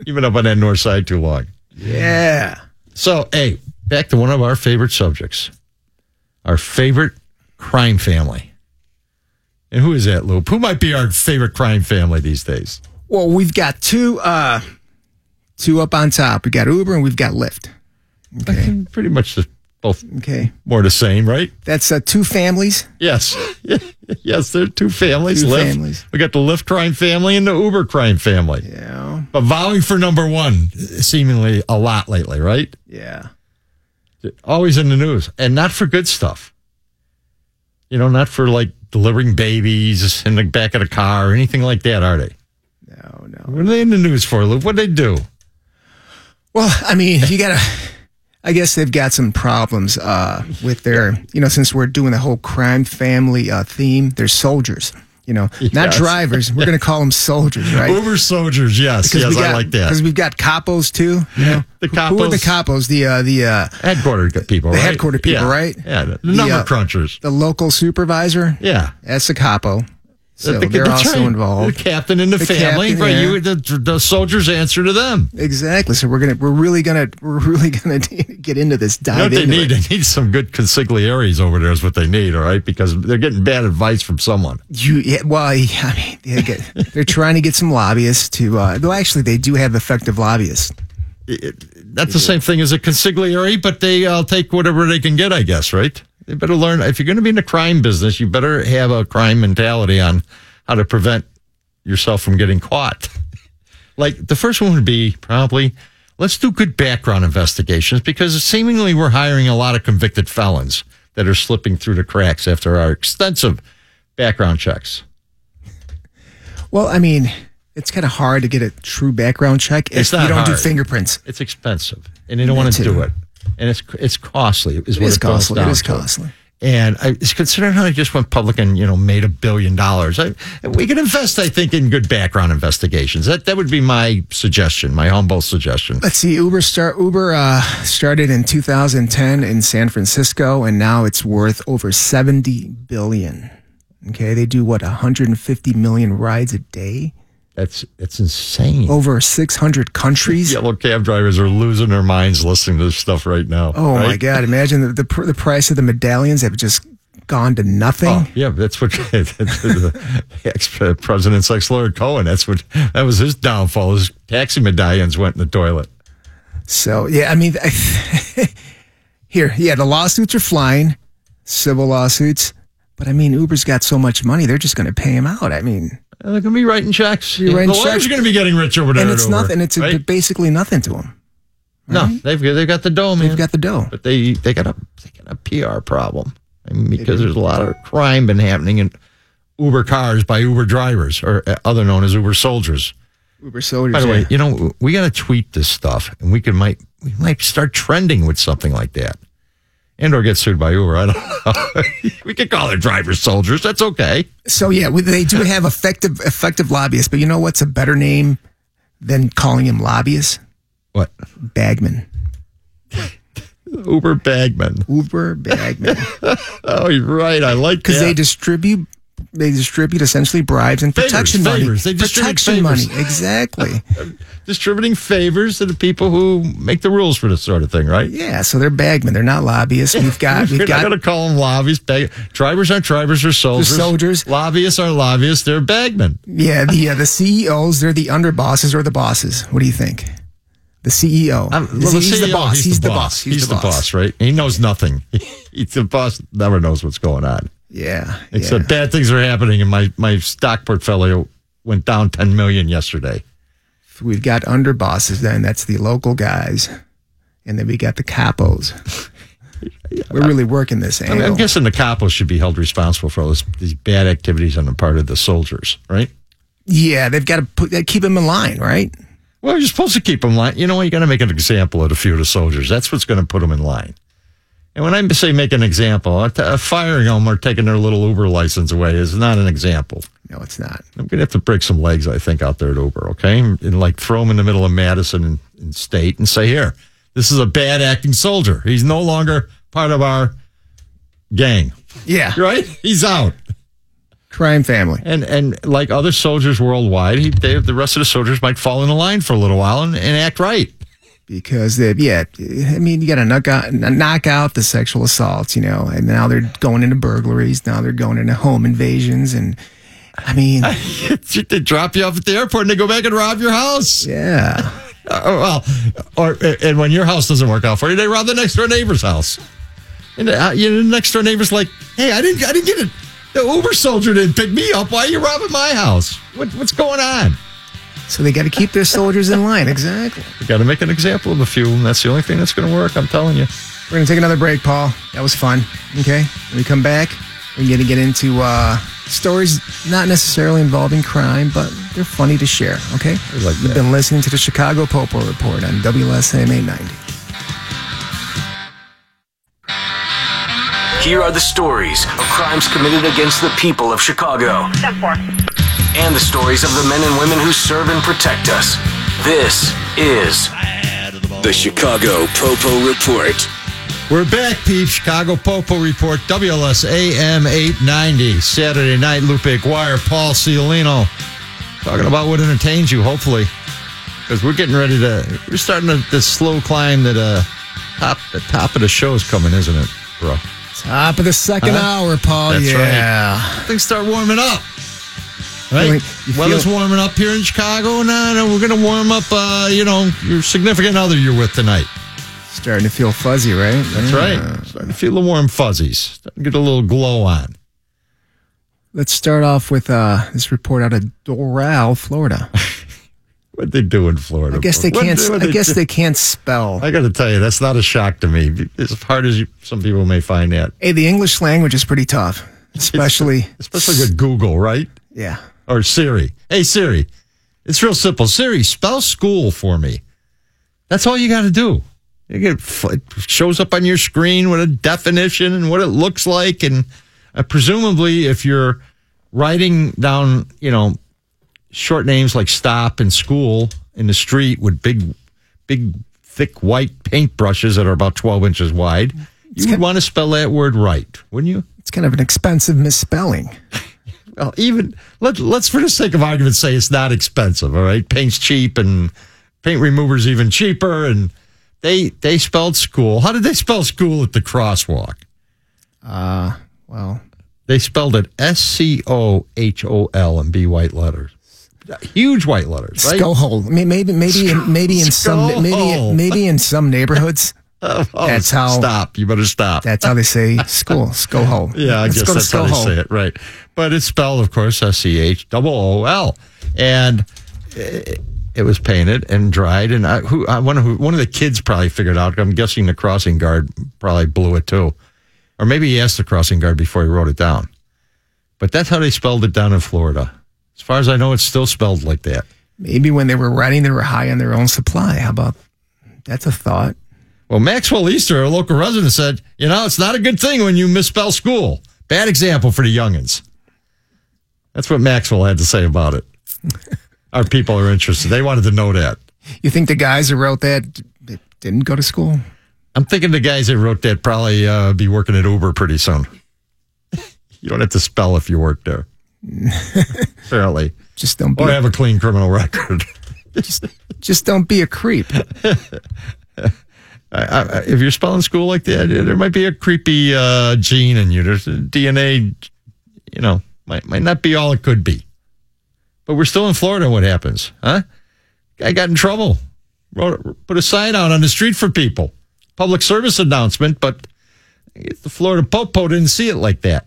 [SPEAKER 2] You've been up on that north side too long.
[SPEAKER 3] Yeah.
[SPEAKER 2] So, hey, back to one of our favorite subjects our favorite crime family. And who is that, Loop? Who might be our favorite crime family these days?
[SPEAKER 3] Well, we've got two uh two up on top. We've got Uber and we've got Lyft. Okay.
[SPEAKER 2] Pretty much the, both
[SPEAKER 3] Okay.
[SPEAKER 2] more the same, right?
[SPEAKER 3] That's uh, two families.
[SPEAKER 2] Yes. yes, there are two families.
[SPEAKER 3] Two
[SPEAKER 2] Lyft.
[SPEAKER 3] families.
[SPEAKER 2] We got the Lyft crime family and the Uber crime family.
[SPEAKER 3] Yeah.
[SPEAKER 2] But vowing for number one seemingly a lot lately, right?
[SPEAKER 3] Yeah.
[SPEAKER 2] always in the news and not for good stuff. You know, not for like delivering babies in the back of the car or anything like that, are they?
[SPEAKER 3] No, no.
[SPEAKER 2] What are they in the news for, Lou? What do they do?
[SPEAKER 3] Well, I mean, you gotta. I guess they've got some problems uh, with their, you know, since we're doing the whole crime family uh, theme. They're soldiers, you know, not
[SPEAKER 2] Yes.
[SPEAKER 3] drivers. We're gonna call them soldiers, right?
[SPEAKER 2] Uber soldiers, yes, yes, I like
[SPEAKER 3] Because
[SPEAKER 2] that.
[SPEAKER 3] we've got capos too. You know,
[SPEAKER 2] The
[SPEAKER 3] Who- Who are the
[SPEAKER 2] capos.
[SPEAKER 3] capos? The uh, the uh,
[SPEAKER 2] Headquartered people,
[SPEAKER 3] The
[SPEAKER 2] right?
[SPEAKER 3] headquartered people,
[SPEAKER 2] Yeah.
[SPEAKER 3] right?
[SPEAKER 2] Yeah, the,
[SPEAKER 3] The,
[SPEAKER 2] number
[SPEAKER 3] uh,
[SPEAKER 2] crunchers.
[SPEAKER 3] the local supervisor.
[SPEAKER 2] Yeah.
[SPEAKER 3] That's a capo. So
[SPEAKER 2] The- the-
[SPEAKER 3] they're
[SPEAKER 2] that's
[SPEAKER 3] also
[SPEAKER 2] right.
[SPEAKER 3] involved.
[SPEAKER 2] The captain and the,
[SPEAKER 3] The
[SPEAKER 2] family,
[SPEAKER 3] captain,
[SPEAKER 2] right?
[SPEAKER 3] yeah.
[SPEAKER 2] You, the, the soldiers answer to them.
[SPEAKER 3] Exactly. So we're gonna we're really gonna we're really gonna get into this dive.
[SPEAKER 2] You know what they
[SPEAKER 3] into it.
[SPEAKER 2] need? They need some good consigliaries over there is what they need, all right? Because they're getting bad advice from someone.
[SPEAKER 3] You yeah, well, yeah, I mean, they get, they're trying to get some lobbyists to. Uh, though actually, they do have effective lobbyists.
[SPEAKER 2] That's the same thing as a consigliere, but they uh, take whatever they can get, I guess, right? They better learn. If you're going to be in the crime business, you better have a crime mentality on how to prevent yourself from getting caught. like the first one would be probably let's do good background investigations because seemingly we're hiring a lot of convicted felons that are slipping through the cracks after our extensive background checks.
[SPEAKER 3] Well, I mean, it's kind of hard to get a true background check if
[SPEAKER 2] It's not
[SPEAKER 3] you don't do
[SPEAKER 2] hard.
[SPEAKER 3] fingerprints.
[SPEAKER 2] It's expensive, and they don't want to
[SPEAKER 3] too.
[SPEAKER 2] do it, and it's it's costly. Is
[SPEAKER 3] It
[SPEAKER 2] what
[SPEAKER 3] is
[SPEAKER 2] it boils
[SPEAKER 3] costly. It
[SPEAKER 2] down
[SPEAKER 3] is
[SPEAKER 2] to.
[SPEAKER 3] costly.
[SPEAKER 2] And I, it's considering how I just went public and you know made a billion dollars. I, we could invest, I think, in good background investigations. That that would be my suggestion, my humble suggestion.
[SPEAKER 3] Let's see. Uber start. Uber uh, started in 2010 in San Francisco, and now it's worth over 70 billion. Okay, they do what 150 million rides a day
[SPEAKER 2] That's it's insane.
[SPEAKER 3] over 600 countries.
[SPEAKER 2] Yellow cab drivers are losing their minds listening to this stuff right now.
[SPEAKER 3] Oh my
[SPEAKER 2] right?
[SPEAKER 3] God! Imagine the, the pr- the price of the medallions have just gone to nothing.
[SPEAKER 2] Oh, yeah, that's what that's the ex uh, president's ex Leonard Cohen. That's what that was his downfall. His taxi medallions went in the toilet.
[SPEAKER 3] So yeah, I mean, here, yeah, the lawsuits are flying, civil lawsuits. But I mean, Uber's got so much money, they're just going to pay him out. I mean,
[SPEAKER 2] And they're going to be writing checks.
[SPEAKER 3] You're writing
[SPEAKER 2] the lawyers
[SPEAKER 3] checks.
[SPEAKER 2] are going to be getting rich over there.
[SPEAKER 3] and it's
[SPEAKER 2] over,
[SPEAKER 3] nothing. It's
[SPEAKER 2] right?
[SPEAKER 3] basically nothing to him.
[SPEAKER 2] no. They've they've got the dome.
[SPEAKER 3] They've got the dough.
[SPEAKER 2] but they they got a they got a PR problem I mean, because there's a lot of crime been happening in Uber cars by Uber drivers or uh, other known as Uber soldiers.
[SPEAKER 3] Uber soldiers.
[SPEAKER 2] By the way,
[SPEAKER 3] yeah.
[SPEAKER 2] you know we got to tweet this stuff, and we can might we might start trending with something like that, and or get sued by Uber. I don't know. we could call their drivers soldiers. That's okay.
[SPEAKER 3] so yeah, we- they do have effective effective lobbyists. But you know what's a better name than calling him lobbyist?
[SPEAKER 2] What
[SPEAKER 3] Bagman.
[SPEAKER 2] Uber bagman?
[SPEAKER 3] Uber Bagman.
[SPEAKER 2] Oh, you're right. I like
[SPEAKER 3] because
[SPEAKER 2] that.
[SPEAKER 3] they distribute they distribute essentially bribes and
[SPEAKER 2] Favors,
[SPEAKER 3] protection
[SPEAKER 2] favors. They
[SPEAKER 3] money.
[SPEAKER 2] distribute
[SPEAKER 3] protection
[SPEAKER 2] favors.
[SPEAKER 3] money, exactly.
[SPEAKER 2] distributing favors to the people who make the rules for this sort of thing, right?
[SPEAKER 3] yeah, so they're bagmen. They're not lobbyists. We've got
[SPEAKER 2] We're
[SPEAKER 3] we've
[SPEAKER 2] not going
[SPEAKER 3] got
[SPEAKER 2] to call them lobbyists. Bag- drivers aren't drivers, they're soldiers.
[SPEAKER 3] soldiers.
[SPEAKER 2] Lobbyists are lobbyists, they're bagmen.
[SPEAKER 3] yeah the uh, the CEOs. They're the underbosses or the bosses. What do you think? The CEO. Is he- he's the boss. He's, the boss.
[SPEAKER 2] E He's, the, boss. right? He knows nothing. he's the boss, never knows what's going on.
[SPEAKER 3] Yeah.
[SPEAKER 2] Except
[SPEAKER 3] yeah.
[SPEAKER 2] bad things are happening, and my, my stock portfolio went down 10 million yesterday.
[SPEAKER 3] We've got underbosses. Then that's the local guys, and then we got the capos. We're really working this
[SPEAKER 2] I mean, I'm
[SPEAKER 3] angle.
[SPEAKER 2] guessing the capos should be held responsible for all this, these bad activities on the part of the soldiers, right?
[SPEAKER 3] yeah, they've got to put they keep him in line, right?
[SPEAKER 2] Well, you're supposed to keep them line. You know what? You got to make an example of a few of the soldiers. That's what's going to put them in line. And when I say make an example, I t- uh, firing them or taking their little Uber license away is not an example.
[SPEAKER 3] No, it's not.
[SPEAKER 2] I'm going to have to break some legs, I think, out there at Uber, okay? And like throw them in the middle of Madison and, and State and say, here, this is a bad acting soldier. He's no longer part of our gang,
[SPEAKER 3] Yeah,
[SPEAKER 2] right? He's out.
[SPEAKER 3] crime family.
[SPEAKER 2] And and like other soldiers worldwide, he, they, the rest of the soldiers might fall in line for a little while and, and act right.
[SPEAKER 3] because they yeah i mean you got to knock out knock out the sexual assaults you know and now they're going into burglaries now they're going into home invasions and i mean
[SPEAKER 2] they drop you off at the airport and they go back and rob your house.
[SPEAKER 3] yeah
[SPEAKER 2] Uh, well, or and when your house doesn't work out for you, they rob the next door neighbor's house. And uh, you know, the next door neighbor's like, "Hey, I didn't, I didn't get it. The Uber soldier didn't pick me up. Why are you robbing my house? What, what's going on?"
[SPEAKER 3] so they got to keep their soldiers in line exactly
[SPEAKER 2] We got to make an example of a few, and that's the only thing that's going to work. I'm telling you.
[SPEAKER 3] we're gonna take another break paul that was fun okay when we come back we're gonna get into uh stories not necessarily involving crime but they're funny to share okay
[SPEAKER 2] like that.
[SPEAKER 3] you've been listening to the chicago popo report on wlsm 890
[SPEAKER 4] Here are the stories of crimes committed against the people of Chicago and the stories of the men and women who serve and protect us. This is
[SPEAKER 5] The Chicago Popo Report.
[SPEAKER 2] We're back, peeps. Chicago Popo Report, WLS AM 890. Saturday night, Lupe Aguirre, Paul Ciolino. Talking about what entertains you, hopefully. Because we're getting ready to, we're starting to, this slow climb that uh, top, the top of the show's coming, isn't it, bro?
[SPEAKER 3] top of the second
[SPEAKER 2] Huh?
[SPEAKER 3] hour paul
[SPEAKER 2] That's right.
[SPEAKER 3] yeah
[SPEAKER 2] Things start warming up. Right?
[SPEAKER 3] Wait, you
[SPEAKER 2] Weather's
[SPEAKER 3] feel-
[SPEAKER 2] warming up here in Chicago. No, no, we're going to warm up, uh, you know, your significant other you're with tonight.
[SPEAKER 3] Starting to feel fuzzy, right?
[SPEAKER 2] That's
[SPEAKER 3] Yeah.
[SPEAKER 2] right. Starting to feel the warm fuzzies. Starting to get a little glow on.
[SPEAKER 3] Let's start off with uh, this report out of Doral, Florida.
[SPEAKER 2] What they do in Florida?
[SPEAKER 3] I guess they
[SPEAKER 2] What-
[SPEAKER 3] can't.
[SPEAKER 2] what
[SPEAKER 3] I guess
[SPEAKER 2] do?
[SPEAKER 3] they can't spell.
[SPEAKER 2] I got to tell you, that's not a shock to me. As hard as you, some people may find that,
[SPEAKER 3] Hey, the English language is pretty tough, especially
[SPEAKER 2] especially with Google, right?
[SPEAKER 3] yeah.
[SPEAKER 2] Or Siri. Hey Siri, it's real simple. Siri, spell school for me. That's all you got to do. You get it shows up on your screen with a definition and what it looks like, and uh, presumably, if you're writing down, you know, short names like stop and school in the street with big, big, thick white paintbrushes that are about 12 inches wide. You would want to spell that word right, wouldn't you?
[SPEAKER 3] It's kind of an expensive misspelling.
[SPEAKER 2] Well, Oh, even let let's for the sake of argument say it's not expensive. All right, paint's cheap and paint remover's even cheaper. And they they spelled school. How did they spell school at the crosswalk?
[SPEAKER 3] Well,
[SPEAKER 2] They spelled it S C O H O L and B white letters, huge white letters. Right?
[SPEAKER 3] Skullhole. I mean, maybe, maybe, in, maybe in some,
[SPEAKER 2] Skullhole.
[SPEAKER 3] maybe, maybe in some neighborhoods,
[SPEAKER 2] Oh,
[SPEAKER 3] That's how-
[SPEAKER 2] Stop. You better stop.
[SPEAKER 3] that's how they say school. Skullhole.
[SPEAKER 2] Yeah, I
[SPEAKER 3] Let's
[SPEAKER 2] guess
[SPEAKER 3] go to
[SPEAKER 2] that's how they
[SPEAKER 3] Skullhole.
[SPEAKER 2] say it, right? But it's spelled, of course, S C H double O L, and it, it was painted and dried. And I, who, I wonder who one of the kids probably figured out. I'm guessing the crossing guard probably blew it too, or maybe he asked the crossing guard before he wrote it down. But that's how they spelled it down in Florida. As far as I know, it's still spelled like that.
[SPEAKER 3] Maybe when they were writing, they were high on their own supply. How about that's a thought?
[SPEAKER 2] Well, Maxwell Easter, a local resident, said, "You know, it's not a good thing when you misspell school. Bad example for the youngins." That's what Maxwell had to say about it. Our people are interested. They wanted to know that.
[SPEAKER 3] You think the guys who wrote that d- d- didn't go to school?
[SPEAKER 2] I'm thinking the guys that wrote that probably uh, be working at Uber pretty soon. you don't have to spell if you work there, apparently,
[SPEAKER 3] Just don't be.
[SPEAKER 2] or have a clean criminal record.
[SPEAKER 3] just don't be a creep.
[SPEAKER 2] I, I, if you're spelling school like that, there might be a creepy uh, gene in you. There's a DNA, you know, might might not be all it could be. But we're still in Florida. What happens, huh? Guy got in trouble. Wrote, put a sign out on the street for people. Public service announcement, but the Florida Popo didn't see it like that.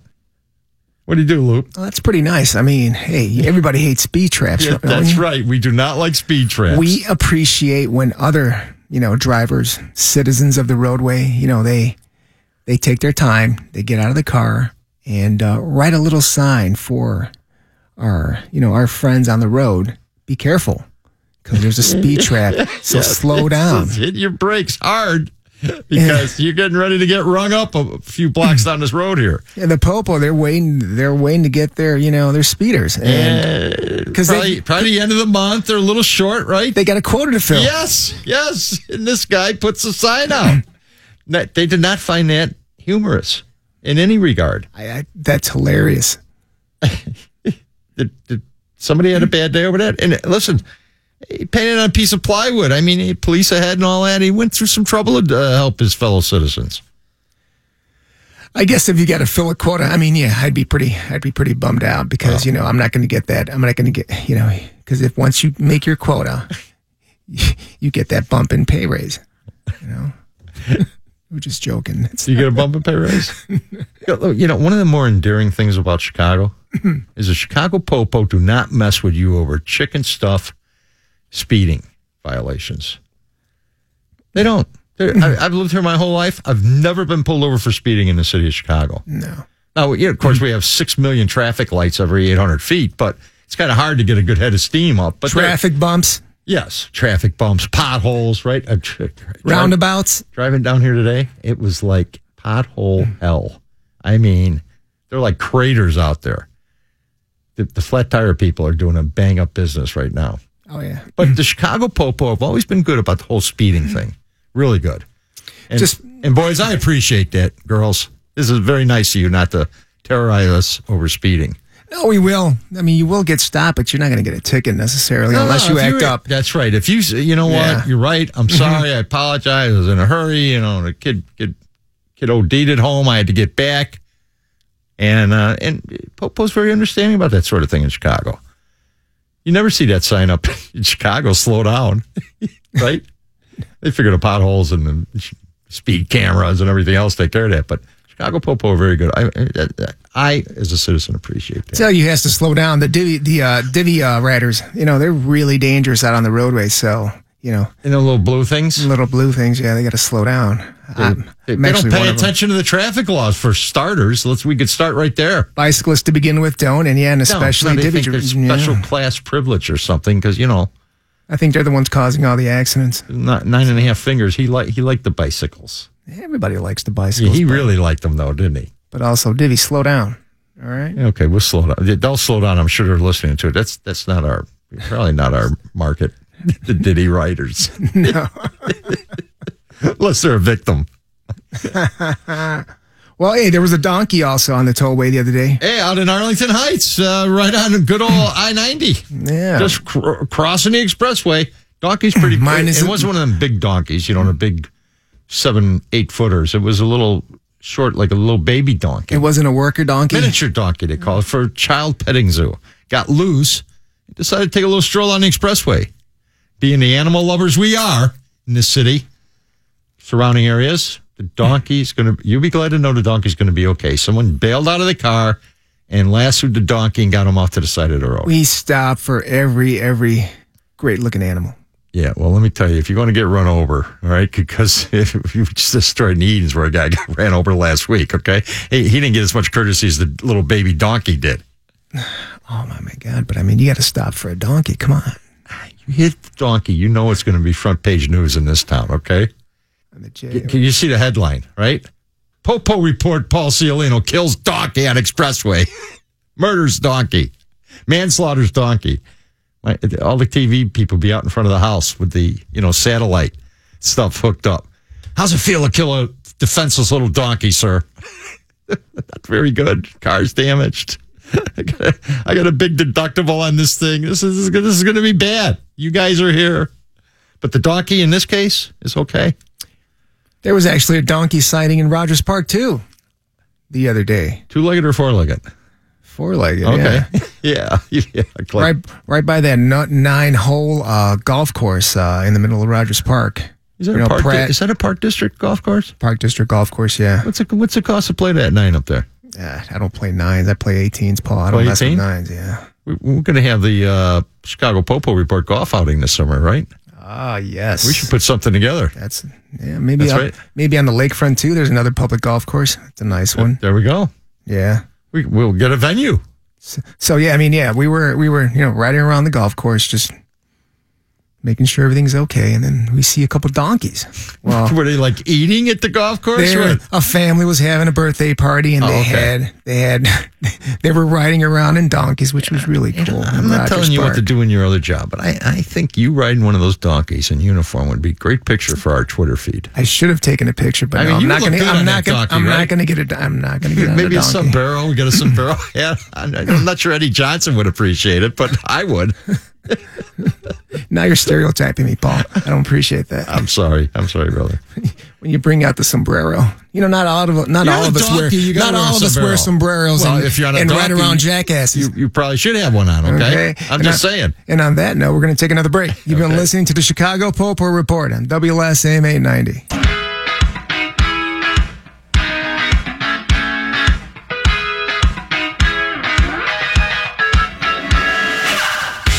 [SPEAKER 2] What do you do, Loop?
[SPEAKER 3] Well, that's pretty nice. I mean, hey, everybody hates speed traps. don't
[SPEAKER 2] That's
[SPEAKER 3] we?
[SPEAKER 2] right. We do not like speed traps.
[SPEAKER 3] We appreciate when other, you know, drivers, citizens of the roadway, you know, they they take their time, they get out of the car and uh, write a little sign for our, you know, our friends on the road. Be careful because there's a speed trap. So slow down.
[SPEAKER 2] hit your brakes hard because you're getting ready to get rung up a few blocks down this road here.
[SPEAKER 3] Yeah, the popo, they're waiting. They're waiting to get their, you know, their speeders, and because
[SPEAKER 2] Probably,
[SPEAKER 3] they
[SPEAKER 2] probably the end of the month. They're a little short, right?
[SPEAKER 3] they got a quota to fill.
[SPEAKER 2] yes, yes. And this guy puts a sign out. That- they did not find that humorous in any regard.
[SPEAKER 3] I, I, that's hilarious.
[SPEAKER 2] Did, did somebody
[SPEAKER 3] Hmm.
[SPEAKER 2] had a bad day over that? And uh, listen, he painted on a piece of plywood. I mean, he- police ahead and all that. He went through some trouble to uh, help his fellow citizens.
[SPEAKER 3] I guess if you got to fill a quota, I mean, yeah, I'd be pretty, I'd be pretty bummed out because you know I'm not going to get that. I'm not going to get, you know, because if once you make your quota, you get that bump in pay raise. You know, we're just joking. It's,
[SPEAKER 2] Do you get a bump in pay raise? you know, one of the more endearing things about Chicago is the Chicago Popo do not mess with you over chicken stuff, speeding violations. They don't. They're, I, I've lived here my whole life. I've never been pulled over for speeding in the city of Chicago.
[SPEAKER 3] no,
[SPEAKER 2] Now, you know, of course, we have six million traffic lights every 800 feet, but it's kind of hard to get a good head of steam up. But they're-
[SPEAKER 3] traffic bumps, yes,
[SPEAKER 2] traffic bumps, potholes, right? Uh, tr- tr-
[SPEAKER 3] roundabouts.
[SPEAKER 2] driving down here today, it was like pothole hell. I mean, they're like craters out there. The, the flat tire people are doing a bang up business right now.
[SPEAKER 3] Oh yeah,
[SPEAKER 2] But the Chicago Popo have always been good about the whole speeding thing. Really good. And,
[SPEAKER 3] Just-
[SPEAKER 2] and boys, I appreciate that, girls. This is very nice of you not to terrorize us over speeding.
[SPEAKER 3] no, we will. I mean, you will get stopped, but you're not going to get a ticket necessarily unless
[SPEAKER 2] No,
[SPEAKER 3] you
[SPEAKER 2] no, if
[SPEAKER 3] act up.
[SPEAKER 2] That's right. If you, s- you know what,
[SPEAKER 3] Yeah. Mm-hmm.
[SPEAKER 2] you're right. I'm sorry. I apologize. I was in a hurry. You know, the kid, kid, kid OD'd at home. I had to get back. And uh, and Popo's very understanding about that sort of thing in Chicago. You never see that sign up in Chicago. Slow down, right? they figured out potholes and the speed cameras and everything else take care of that. But Chicago Popo are very good. I, I, I as a citizen appreciate that.
[SPEAKER 3] tell you he has to slow down. The divvy, the uh, divvy uh, riders, you know, they're really dangerous out on the roadway. So you know,
[SPEAKER 2] And the little blue things.
[SPEAKER 3] little blue things, yeah, they got to slow down. I'm,
[SPEAKER 2] They,
[SPEAKER 3] I'm
[SPEAKER 2] they
[SPEAKER 3] actually
[SPEAKER 2] don't
[SPEAKER 3] one
[SPEAKER 2] pay
[SPEAKER 3] of them.
[SPEAKER 2] attention to the traffic laws for starters. Let's we could start right there.
[SPEAKER 3] Bicyclists to begin with don't, and yeah, and
[SPEAKER 2] No,
[SPEAKER 3] especially
[SPEAKER 2] no, they
[SPEAKER 3] divvy
[SPEAKER 2] think there's
[SPEAKER 3] dri- yeah.
[SPEAKER 2] special class privilege or something because you know
[SPEAKER 3] I think they're the ones causing all the accidents.
[SPEAKER 2] not nine and a half fingers. He like he liked the bicycles.
[SPEAKER 3] Everybody likes the bicycles,
[SPEAKER 2] he
[SPEAKER 3] but-
[SPEAKER 2] really liked them though, didn't he?
[SPEAKER 3] but also divvy, slow down. All right,
[SPEAKER 2] Okay, we'll slow down. They- They'll slow down. I'm sure they're listening to it. That's that's not our probably not our market. The Diddy writers,
[SPEAKER 3] no,
[SPEAKER 2] unless they're a victim.
[SPEAKER 3] Well, hey, there was a donkey also on the tollway the other day.
[SPEAKER 2] Hey, out in Arlington Heights, uh, right on good old I ninety.
[SPEAKER 3] Yeah.
[SPEAKER 2] just cr- crossing the expressway. Donkey's pretty.
[SPEAKER 3] Mine
[SPEAKER 2] it-
[SPEAKER 3] isn't-
[SPEAKER 2] It wasn't one of them big donkeys, you know, the big seven, eight footers. It was a little short, like a little baby donkey,
[SPEAKER 3] It wasn't a worker donkey.
[SPEAKER 2] miniature donkey. They call it for child petting zoo. Got loose, decided to take a little stroll on the expressway. Being the animal lovers we are in this city, surrounding areas, the donkey's gonna. You'll be glad to know the donkey's gonna be okay. Someone bailed out of the car and lassoed the donkey and got him off to the side of the road.
[SPEAKER 3] We stop for every every great looking animal.
[SPEAKER 2] Yeah, well, let me tell you, if you're going to get run over, all right, because if you just the story in Edens where a guy got ran over last week, okay, he, he didn't get as much courtesy as the little baby donkey did.
[SPEAKER 3] Oh my, my god! But I mean, you got to stop for a donkey. Come on.
[SPEAKER 2] You hit the donkey, you know it's going to be front page news in this town, okay?
[SPEAKER 3] I'm a
[SPEAKER 2] Y-
[SPEAKER 3] J.
[SPEAKER 2] Can you see the headline, right? Popo report Paul Ciolino kills donkey on expressway, murders donkey, manslaughters donkey. My, all the TV people be out in front of the house with the you know satellite stuff hooked up. How's it feel to kill a defenseless little donkey, sir? Not very good. Car's damaged. I got, a, I got a big deductible on this thing. This is this is going to be bad. You guys are here, but the donkey in this case is okay.
[SPEAKER 3] There was actually a donkey sighting in Rogers Park too, the other day.
[SPEAKER 2] Two legged or four legged?
[SPEAKER 3] Four legged.
[SPEAKER 2] Okay. Yeah. yeah. Clay.
[SPEAKER 3] Right, right by that nine hole uh, golf course uh, in the middle of Rogers Park.
[SPEAKER 2] Is that,
[SPEAKER 3] You
[SPEAKER 2] a
[SPEAKER 3] know,
[SPEAKER 2] park
[SPEAKER 3] Pratt
[SPEAKER 2] is that a park district golf course?
[SPEAKER 3] Park District Golf Course? Yeah.
[SPEAKER 2] What's it, what's the cost to play that nine up there?
[SPEAKER 3] Uh, I don't play nines. I play 18s, Paul. I don't
[SPEAKER 2] Play
[SPEAKER 3] mess with
[SPEAKER 2] 18?
[SPEAKER 3] nines. Yeah.
[SPEAKER 2] We, we're going to have the uh, Chicago Popo Report golf outing this summer, right?
[SPEAKER 3] Ah, yes.
[SPEAKER 2] We should put something together.
[SPEAKER 3] That's yeah. Maybe
[SPEAKER 2] That's
[SPEAKER 3] up-
[SPEAKER 2] right.
[SPEAKER 3] maybe on the lakefront too. There's another public golf course. It's a nice one.
[SPEAKER 2] There we go.
[SPEAKER 3] Yeah.
[SPEAKER 2] We, we'll get a venue.
[SPEAKER 3] So yeah, I mean, yeah, we were we were you know riding around the golf course, just making sure everything's okay, and then we see a couple donkeys. Well,
[SPEAKER 2] Were they like eating at the golf course?
[SPEAKER 3] Oh. there,
[SPEAKER 2] Or-
[SPEAKER 3] a family was having a birthday party, and
[SPEAKER 2] Oh,
[SPEAKER 3] they
[SPEAKER 2] okay.
[SPEAKER 3] had they had they were riding around in donkeys, which was really cool.
[SPEAKER 2] I'm not telling you what to do in your other job, but I, I think you riding one of those donkeys in uniform would be a great picture for our Twitter feed.
[SPEAKER 3] I should have taken a picture, but
[SPEAKER 2] I
[SPEAKER 3] no,
[SPEAKER 2] mean, you
[SPEAKER 3] I'm not
[SPEAKER 2] look
[SPEAKER 3] going to.
[SPEAKER 2] good on
[SPEAKER 3] I'm
[SPEAKER 2] that
[SPEAKER 3] not going.
[SPEAKER 2] donkey,
[SPEAKER 3] I'm
[SPEAKER 2] right?
[SPEAKER 3] not going to get it. I'm not going to get on
[SPEAKER 2] Maybe
[SPEAKER 3] a
[SPEAKER 2] a
[SPEAKER 3] donkey.
[SPEAKER 2] sombrero. We got a sombrero hat. I I'm not sure Eddie Johnson would appreciate it, but I would.
[SPEAKER 3] Now you're stereotyping me, Paul. I don't appreciate that.
[SPEAKER 2] I'm sorry. I'm sorry, brother.
[SPEAKER 3] when you bring out the sombrero. You know, not all of not
[SPEAKER 2] You're
[SPEAKER 3] all
[SPEAKER 2] the
[SPEAKER 3] of us wear
[SPEAKER 2] donkey, you
[SPEAKER 3] not
[SPEAKER 2] gotta wear a
[SPEAKER 3] all of us wear
[SPEAKER 2] sombrero.
[SPEAKER 3] sombreros
[SPEAKER 2] Well,
[SPEAKER 3] and,
[SPEAKER 2] if you're on a
[SPEAKER 3] and ride
[SPEAKER 2] donkey,
[SPEAKER 3] around
[SPEAKER 2] You,
[SPEAKER 3] jackasses.
[SPEAKER 2] you probably should have one on, okay? I'm
[SPEAKER 3] And
[SPEAKER 2] just
[SPEAKER 3] on-
[SPEAKER 2] saying.
[SPEAKER 3] And on that note, we're going to take another break. You've been
[SPEAKER 2] Okay.
[SPEAKER 3] listening to the Chicago Popo Report on WLSM 890.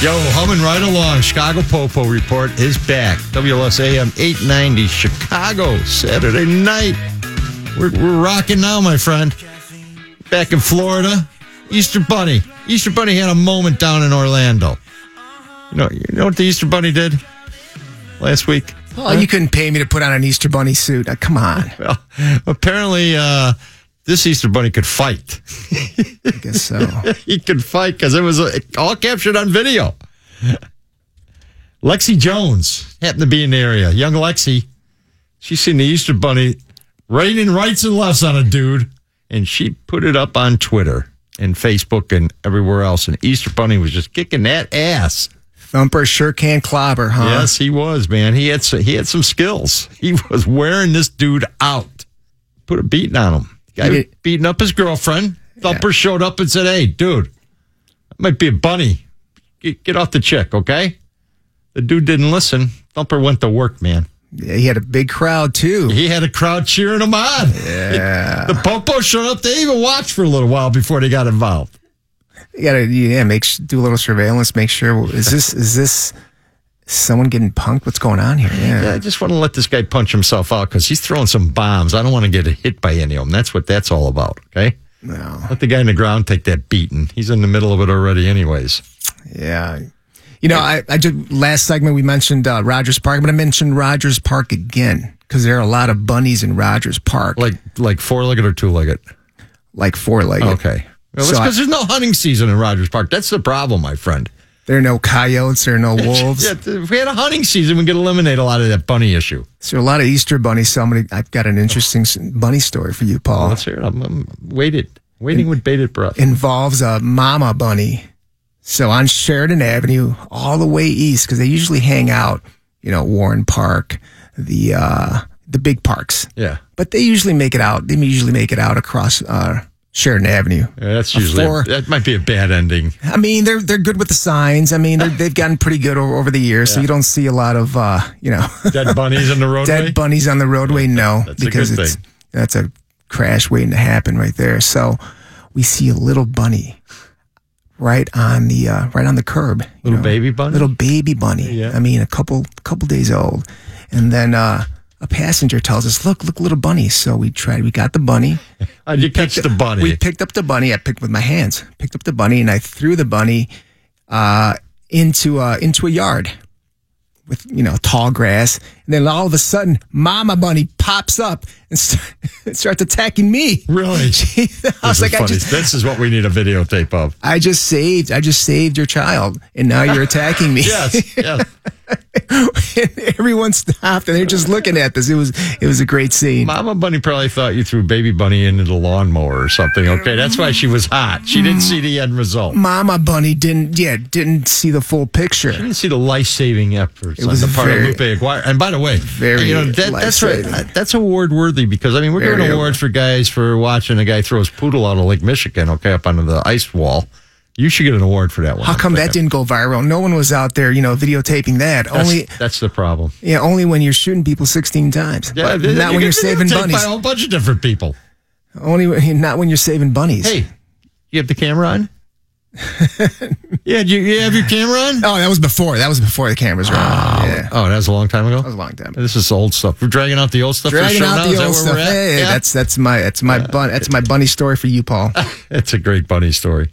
[SPEAKER 2] Yo, humming right along. Chicago Popo Report is back. WLSAM 890 Chicago, Saturday night. We're, we're rocking now, my friend. Back in Florida. Easter Bunny. Easter Bunny had a moment down in Orlando. You know, you know what the Easter Bunny did last week?
[SPEAKER 3] Oh, you couldn't pay me to put on an Easter bunny suit. Uh, come on.
[SPEAKER 2] Well, apparently, uh, this Easter Bunny could fight.
[SPEAKER 3] I guess so.
[SPEAKER 2] he could fight because it was uh, all captured on video. Lexi Jones happened to be in the area. Young Lexi, she seen the Easter Bunny raining rights and lefts on a dude, and she put it up on Twitter and Facebook and everywhere else. And Easter Bunny was just kicking that ass.
[SPEAKER 3] Thumper sure can clobber, huh?
[SPEAKER 2] Yes, he was, man. He had some, he had some skills. He was wearing this dude out. Put a beating on him. Guy
[SPEAKER 3] Yeah.
[SPEAKER 2] was beating up his girlfriend. Thumper showed up and said, "Hey, dude, that might be a bunny. Get, get off the chick, okay?" The dude didn't listen. Thumper went to work, man.
[SPEAKER 3] Yeah, He had a big crowd too.
[SPEAKER 2] He had a crowd cheering him on.
[SPEAKER 3] Yeah.
[SPEAKER 2] The popo showed up. They even watched for a little while before they got involved.
[SPEAKER 3] You gotta yeah, make s- do a little surveillance, make sure well, is this is this someone getting punked? What's going on here?
[SPEAKER 2] Yeah, I just want to let this guy punch himself out because he's throwing some bombs. I don't want to get hit by any of them. That's what that's all about. Okay.
[SPEAKER 3] No.
[SPEAKER 2] Let the guy in the ground take that beating. He's in the middle of it already, anyways.
[SPEAKER 3] Yeah. You know, I, I just last segment we mentioned uh, Rogers Park. I'm going to mention Rogers Park again because there are a lot of bunnies in Rogers Park, like,
[SPEAKER 2] Like like four legged or two legged.
[SPEAKER 3] four legged.
[SPEAKER 2] Oh, Okay. Well, that's
[SPEAKER 3] So I-
[SPEAKER 2] because there's no hunting season in Rogers Park. That's the problem, my friend.
[SPEAKER 3] There are no coyotes. There are no wolves.
[SPEAKER 2] Yeah, if we had a hunting season, we could eliminate a lot of that bunny issue.
[SPEAKER 3] So a lot of Easter bunnies. Somebody, I've got an interesting s- bunny story for you, Paul.
[SPEAKER 2] Let's hear it. I'm, I'm waited, waiting with bated breath.
[SPEAKER 3] Involves a mama bunny. So on Sheridan Avenue, all the way east, because they usually hang out, you know, Warren Park, the uh, the big parks.
[SPEAKER 2] Yeah.
[SPEAKER 3] But they usually make it out. They usually make it out across uh, Sheridan Avenue.
[SPEAKER 2] Yeah, that's
[SPEAKER 3] A
[SPEAKER 2] usually
[SPEAKER 3] four-
[SPEAKER 2] that might be a bad ending.
[SPEAKER 3] I mean, they're they're good with the signs. I mean, they're- they've gotten pretty good over, over the years. So you don't see a lot of uh, you know
[SPEAKER 2] Dead bunnies in the roadway.
[SPEAKER 3] dead bunnies on the roadway. No,
[SPEAKER 2] That's a good
[SPEAKER 3] it's
[SPEAKER 2] thing.
[SPEAKER 3] that's a crash waiting to happen right there. So we see a little bunny right on the uh, right on the curb. you
[SPEAKER 2] Little baby bunny?
[SPEAKER 3] Little baby bunny.
[SPEAKER 2] Yeah.
[SPEAKER 3] I mean, a couple couple days old, and then. Uh, a passenger tells us, "Look, look, little bunny." So we tried. We got the bunny.
[SPEAKER 2] How'd you catch the bunny?
[SPEAKER 3] We picked up the bunny. I picked with my hands. Picked up the bunny and I threw the bunny uh, into a, into a yard with you know tall grass. And then all of a sudden, Mama Bunny pops up and, start, and starts attacking me.
[SPEAKER 2] really?
[SPEAKER 3] I was
[SPEAKER 2] this,
[SPEAKER 3] like,
[SPEAKER 2] is
[SPEAKER 3] I
[SPEAKER 2] funny.
[SPEAKER 3] just,
[SPEAKER 2] this is what we need a videotape of.
[SPEAKER 3] I just saved, I just saved your child, and now you're attacking me.
[SPEAKER 2] Yes, yes.
[SPEAKER 3] and everyone stopped and they're just looking at this. It was it was a great scene.
[SPEAKER 2] Mama Bunny probably thought you threw Baby Bunny into the lawnmower or something. Okay, that's why she was hot. She didn't see the end result.
[SPEAKER 3] Mama Bunny didn't yeah didn't see the full picture.
[SPEAKER 2] I didn't see the life-saving efforts
[SPEAKER 3] It
[SPEAKER 2] on
[SPEAKER 3] was
[SPEAKER 2] the part
[SPEAKER 3] very-
[SPEAKER 2] of Lupe Aguirre. And by the way,
[SPEAKER 3] Very
[SPEAKER 2] you know that, that's right. Uh,
[SPEAKER 3] life-saving.
[SPEAKER 2] That's award worthy because I mean we're
[SPEAKER 3] Very
[SPEAKER 2] doing awards for guys for watching a guy throw his poodle out of Lake Michigan. Okay, up onto the ice wall. You should get an award for that one.
[SPEAKER 3] How
[SPEAKER 2] I'm
[SPEAKER 3] come that
[SPEAKER 2] thinking.
[SPEAKER 3] didn't go viral? No one was out there, you know, videotaping that.
[SPEAKER 2] That's,
[SPEAKER 3] only,
[SPEAKER 2] that's the problem.
[SPEAKER 3] yeah, only when you're shooting people 16 times. But
[SPEAKER 2] th-
[SPEAKER 3] not
[SPEAKER 2] you
[SPEAKER 3] when you're
[SPEAKER 2] get
[SPEAKER 3] saving
[SPEAKER 2] videotaped
[SPEAKER 3] bunnies.
[SPEAKER 2] by a whole bunch of different people.
[SPEAKER 3] Only when- not when you're saving bunnies.
[SPEAKER 2] Hey, you have the camera on? yeah, you, you have your camera on?
[SPEAKER 3] Oh, that was before. That was before the cameras were on. Yeah, that
[SPEAKER 2] Oh, that was a long time ago? That
[SPEAKER 3] was a long time.
[SPEAKER 2] This is old stuff. We're dragging out the old stuff for
[SPEAKER 3] Dragging
[SPEAKER 2] the show
[SPEAKER 3] out
[SPEAKER 2] now? Is
[SPEAKER 3] the
[SPEAKER 2] that
[SPEAKER 3] old
[SPEAKER 2] where
[SPEAKER 3] stuff.
[SPEAKER 2] we're at?
[SPEAKER 3] Hey,
[SPEAKER 2] Yeah.
[SPEAKER 3] that's that's my that's my bun that's my bunny story for you, Paul.
[SPEAKER 2] It's a great bunny story.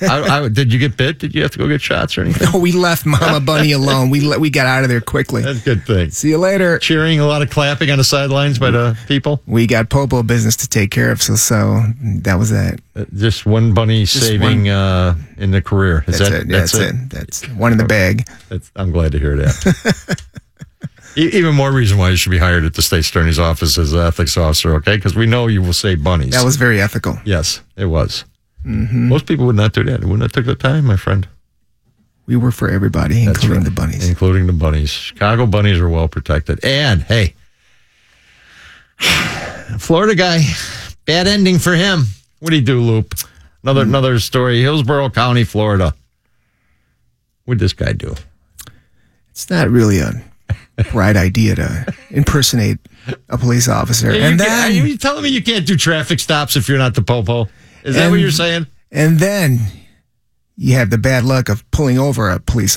[SPEAKER 2] I, I, did you get bit? Did you have to go get shots or anything?
[SPEAKER 3] we left Mama Bunny alone. We let we got out of there quickly.
[SPEAKER 2] That's a good thing.
[SPEAKER 3] See you later.
[SPEAKER 2] Cheering, a lot of clapping on the sidelines by the people.
[SPEAKER 3] We got Popo business to take care of, so so that was that.
[SPEAKER 2] Uh, Just one bunny saving Uh, in the career. Is
[SPEAKER 3] That's
[SPEAKER 2] that,
[SPEAKER 3] it. Yeah, That's, it. That's one in the bag.
[SPEAKER 2] That's, I'm glad to hear that. E- Even more reason why you should be hired at the state attorney's office as an ethics officer, okay? Because we know you will save bunnies.
[SPEAKER 3] That was Mm-hmm. very ethical.
[SPEAKER 2] yes, it was. Most people would not do that. It would not have took the time, my friend.
[SPEAKER 3] We were for everybody,
[SPEAKER 2] That's
[SPEAKER 3] including
[SPEAKER 2] right.
[SPEAKER 3] the bunnies.
[SPEAKER 2] Including the bunnies. Chicago bunnies are well protected. And hey, Florida guy, bad ending for him. What do you do, Loop? Another
[SPEAKER 3] Mm-hmm.
[SPEAKER 2] another story. Hillsborough County, Florida. What'd this guy do?
[SPEAKER 3] it's not really a bright idea to impersonate a police officer.
[SPEAKER 2] Are you
[SPEAKER 3] and
[SPEAKER 2] ki-
[SPEAKER 3] then,
[SPEAKER 2] are you telling me you can't do traffic stops if you're not the popo? Is that what
[SPEAKER 3] And-
[SPEAKER 2] you're saying?
[SPEAKER 3] and then you have the bad luck of pulling over a police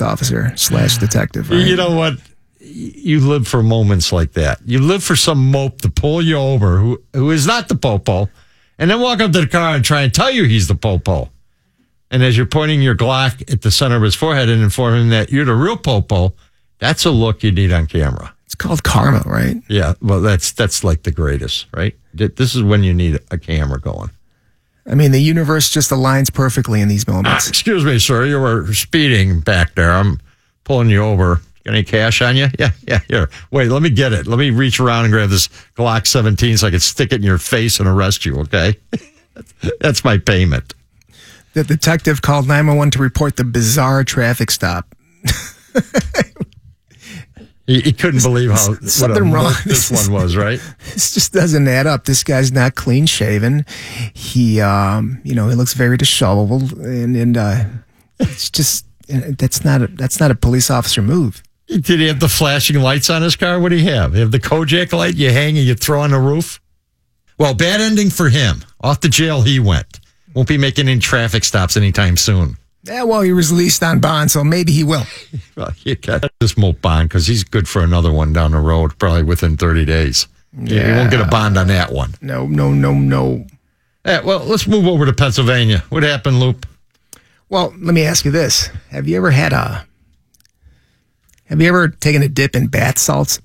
[SPEAKER 3] officer slash detective. Right?
[SPEAKER 2] You know what? Y- You live for moments like that. You live for some mope to pull you over who who is not the popo, and then walk up to the car and try and tell you he's the popo. And as you're pointing your Glock at the center of his forehead and informing him that you're the real popo, that's a look you need on camera.
[SPEAKER 3] it's called karma, right?
[SPEAKER 2] Yeah, well, that's that's like the greatest, right? Th- This is when you need a camera going.
[SPEAKER 3] I mean, the universe just aligns perfectly in these moments.
[SPEAKER 2] Excuse me, sir. You were speeding back there. I'm pulling you over. Got any cash on you? Yeah, yeah, here. Wait, let me get it. Let me reach around and grab this Glock 17 so I can stick it in your face and arrest you, okay? That's my payment.
[SPEAKER 3] The detective called 911 to report the bizarre traffic stop.
[SPEAKER 2] He, he couldn't believe how what a
[SPEAKER 3] something
[SPEAKER 2] mutt
[SPEAKER 3] wrong.
[SPEAKER 2] this one was, right?
[SPEAKER 3] This just doesn't add up. This guy's not clean shaven. He, um, you know, he looks very disheveled, and and uh, it's just that's not a, that's not a police officer move.
[SPEAKER 2] Did he have the flashing lights on his car? What do you have? You have the Kojak light you hang and you throw on the roof? Well, bad ending for him. Off to jail he went. Won't be making any traffic stops anytime soon.
[SPEAKER 3] Yeah, Eh, well, he was released on bond, so maybe he will.
[SPEAKER 2] Well, you got this Moat bond because he's good for another one down the road, probably within 30 days. Yeah. You won't get a bond on that one.
[SPEAKER 3] No, no, no, no.
[SPEAKER 2] Eh, well, let's move over to Pennsylvania. What happened, Loop?
[SPEAKER 3] Well, let me ask you this: Have you ever had a? Have you ever taken a dip in bath salts?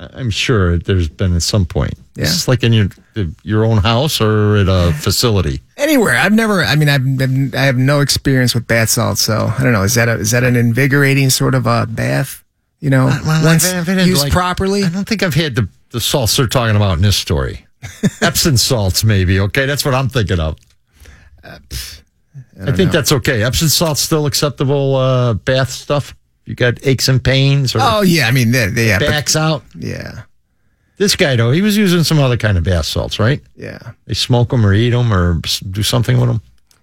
[SPEAKER 2] I- I'm sure there's been at some point.
[SPEAKER 3] Yeah.
[SPEAKER 2] It's like in your your own house or at a facility?
[SPEAKER 3] Anywhere. I've never. I mean, I've been, I have no experience with bath salts, so I don't know. Is that a, is that an invigorating sort of a bath? You know, once
[SPEAKER 2] I've had,
[SPEAKER 3] used
[SPEAKER 2] like-
[SPEAKER 3] properly.
[SPEAKER 2] I don't think I've had the, the salts they're talking about in this story. Epsom salts, maybe. Okay, that's what I'm thinking of. I, think that's okay. Epsom salts still acceptable uh, bath stuff. You got aches and pains or
[SPEAKER 3] Oh yeah, I mean, they, they, yeah, but-
[SPEAKER 2] backs out.
[SPEAKER 3] yeah,
[SPEAKER 2] This guy though, he was using some other kind of bath salts, right?
[SPEAKER 3] yeah,
[SPEAKER 2] They smoke them or eat them or s- do something with them.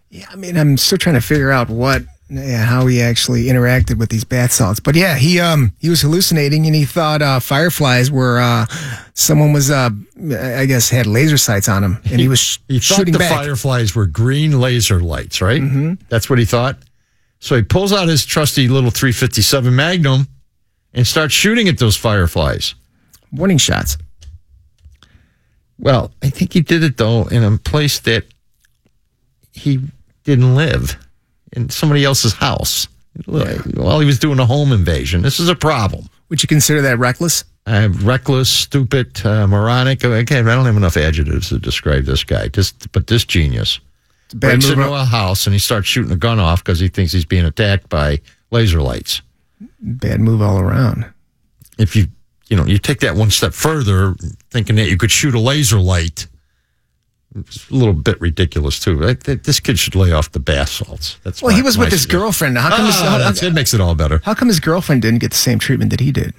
[SPEAKER 3] yeah. I mean, I'm still trying to figure out what, yeah, how he actually interacted with these bath salts. But yeah, he um he was hallucinating and he thought uh, fireflies were uh someone was uh I guess had laser sights on him and he, was sh-
[SPEAKER 2] He thought
[SPEAKER 3] shooting
[SPEAKER 2] the
[SPEAKER 3] back.
[SPEAKER 2] fireflies were green laser lights, right? Mm-hmm. That's what he thought. So he pulls out his trusty little 357 Magnum and starts shooting at those fireflies.
[SPEAKER 3] Warning shots.
[SPEAKER 2] Well, I think he did it though in a place that he didn't live in somebody else's house while he was doing a home invasion. This is a problem.
[SPEAKER 3] Would you consider that reckless?
[SPEAKER 2] Uh, reckless, stupid, uh, moronic. Again, I don't have enough adjectives to describe this guy. Just, but this genius
[SPEAKER 3] It's a bad
[SPEAKER 2] breaks
[SPEAKER 3] move.
[SPEAKER 2] into a house and he starts shooting the gun off because he thinks he's being attacked by laser lights.
[SPEAKER 3] bad move all around.
[SPEAKER 2] If you, you know, you take that one step further, thinking that you could shoot a laser light, it's a little bit ridiculous too. Right? Th- This kid should lay off the bath salts. That's
[SPEAKER 3] Well,
[SPEAKER 2] my-
[SPEAKER 3] he was
[SPEAKER 2] my
[SPEAKER 3] with his
[SPEAKER 2] suggestion.
[SPEAKER 3] girlfriend. How come? his,
[SPEAKER 2] Ah,
[SPEAKER 3] how,
[SPEAKER 2] that's, it makes it all better.
[SPEAKER 3] how come his girlfriend didn't get the same treatment that he did?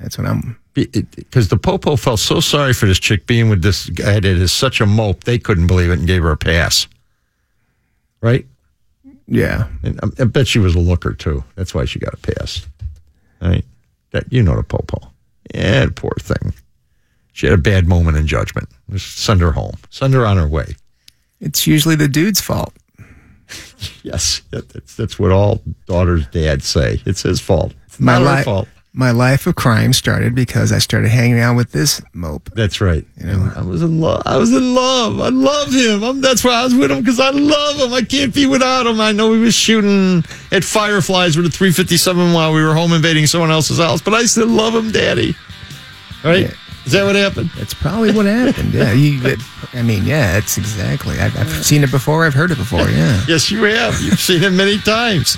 [SPEAKER 3] That's what I'm.
[SPEAKER 2] because the popo felt so sorry for this chick being with this guy that is such a mope they couldn't believe it and gave her a pass right
[SPEAKER 3] Yeah,
[SPEAKER 2] and I, I bet she was a looker too that's why she got a pass right that you know the popo yeah the poor thing she had a bad moment in judgment just send her home send her on her way
[SPEAKER 3] it's usually the dude's fault.
[SPEAKER 2] yes that, that's, that's what all daughters dads say it's his fault it's
[SPEAKER 3] My
[SPEAKER 2] not her
[SPEAKER 3] life.
[SPEAKER 2] fault
[SPEAKER 3] My life of crime started because I started hanging out with this mope.
[SPEAKER 2] That's right. And I was in love. I was in love. I love him. I'm, that's why I was with him because I love him. I can't be without him. I know he was shooting at fireflies with a 357 while we were home invading someone else's house, but I still love him, Daddy. Right? Is that what happened?
[SPEAKER 3] That's probably what happened. Yeah, you. It, I mean, yeah, that's exactly. I've, I've seen it before. I've heard it before. Yeah.
[SPEAKER 2] Yes, you have. You've seen him many times.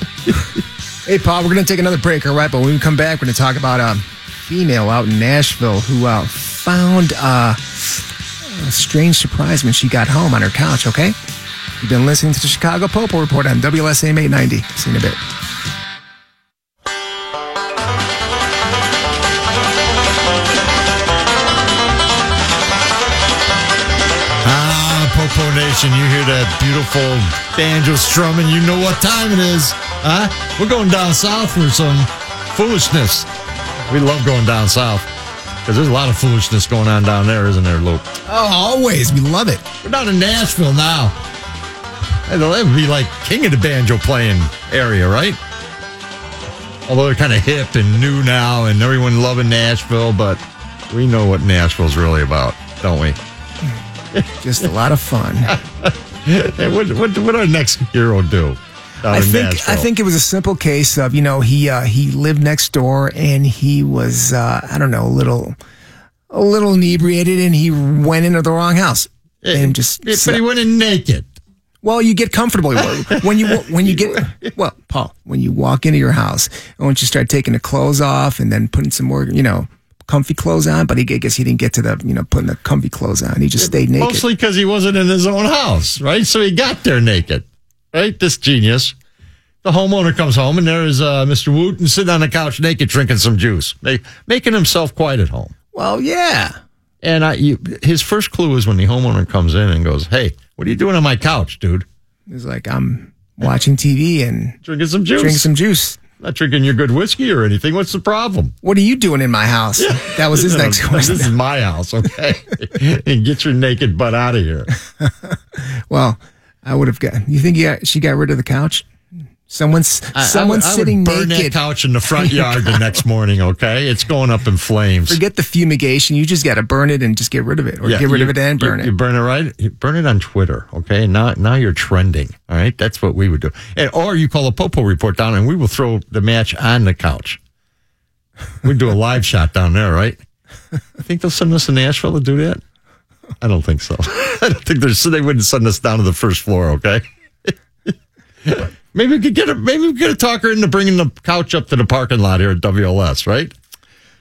[SPEAKER 3] Hey, Paul, we're going to take another break, all right? But when we come back, we're going to talk about a female out in Nashville who uh, found uh, a strange surprise when she got home on her couch, okay? You've been listening to the Chicago Popo Report on WLSM 890. See you in a bit.
[SPEAKER 2] Ah, Popo Nation, you hear that beautiful banjo strumming. You know what time it is. Huh? We're going down south for some foolishness. We love going down south because there's a lot of foolishness going on down there, isn't there, Luke?
[SPEAKER 3] Oh, always. We love it.
[SPEAKER 2] We're down in Nashville now. Hey, That would be like king of the banjo playing area, right? Although they're kind of hip and new now, and everyone loving Nashville, but we know what Nashville's really about, don't we?
[SPEAKER 3] Just a lot of fun.
[SPEAKER 2] And what, what, what our next hero do? down
[SPEAKER 3] I
[SPEAKER 2] in
[SPEAKER 3] think
[SPEAKER 2] Nashville?
[SPEAKER 3] I think it was a simple case of you know he uh, he lived next door and he was uh, I don't know a little a little inebriated and he went into the wrong house and just
[SPEAKER 2] Yeah, but
[SPEAKER 3] slept.
[SPEAKER 2] he went in naked.
[SPEAKER 3] Well, you get comfortable when you when you get well, Paul. When you walk into your house, and once you start taking the clothes off and then putting some more, you know, comfy clothes on. But he, I guess he didn't get to the you know putting the comfy clothes on. He just stayed naked.
[SPEAKER 2] Mostly because he wasn't in his own house, right? So he got there naked, right? This genius. The homeowner comes home and there is uh, Mr. Wooten sitting on the couch naked, drinking some juice, ma- making himself quiet at home.
[SPEAKER 3] well, yeah,
[SPEAKER 2] And I, you, his first clue is when the homeowner comes in and goes, "Hey, what are you doing on my couch, dude?
[SPEAKER 3] he's like I'm watching TV and
[SPEAKER 2] Drinking some juice?
[SPEAKER 3] drinking some juice.
[SPEAKER 2] Not drinking your good whiskey or anything. What's the problem?"
[SPEAKER 3] What are you doing in my house? That was his
[SPEAKER 2] No,
[SPEAKER 3] next
[SPEAKER 2] no,
[SPEAKER 3] question.
[SPEAKER 2] This is my house, okay? and get your naked butt out of here.
[SPEAKER 3] Well, I would have got. You think he got, she got rid of the couch? Someone's
[SPEAKER 2] I- I
[SPEAKER 3] someone's
[SPEAKER 2] would- I would
[SPEAKER 3] sitting
[SPEAKER 2] burn that
[SPEAKER 3] naked.
[SPEAKER 2] couch in the front yard the next morning, okay? It's going up in flames.
[SPEAKER 3] Forget the fumigation. You just got to burn it and just get rid of it, or
[SPEAKER 2] Yeah,
[SPEAKER 3] get rid
[SPEAKER 2] you-
[SPEAKER 3] of it and
[SPEAKER 2] you-
[SPEAKER 3] burn it.
[SPEAKER 2] You burn it right. You burn it on Twitter, okay? Now, now you're trending. All right, that's what we would do. And or you call a Popo report down, and we will throw the match on the couch. We do a live shot down there, right? I think they'll send us to Nashville to do that. I don't think so. I don't think there's, they wouldn't send us down to the first floor, okay? maybe we could get a, maybe we could talk her into bringing the couch up to the parking lot here at WLS, right?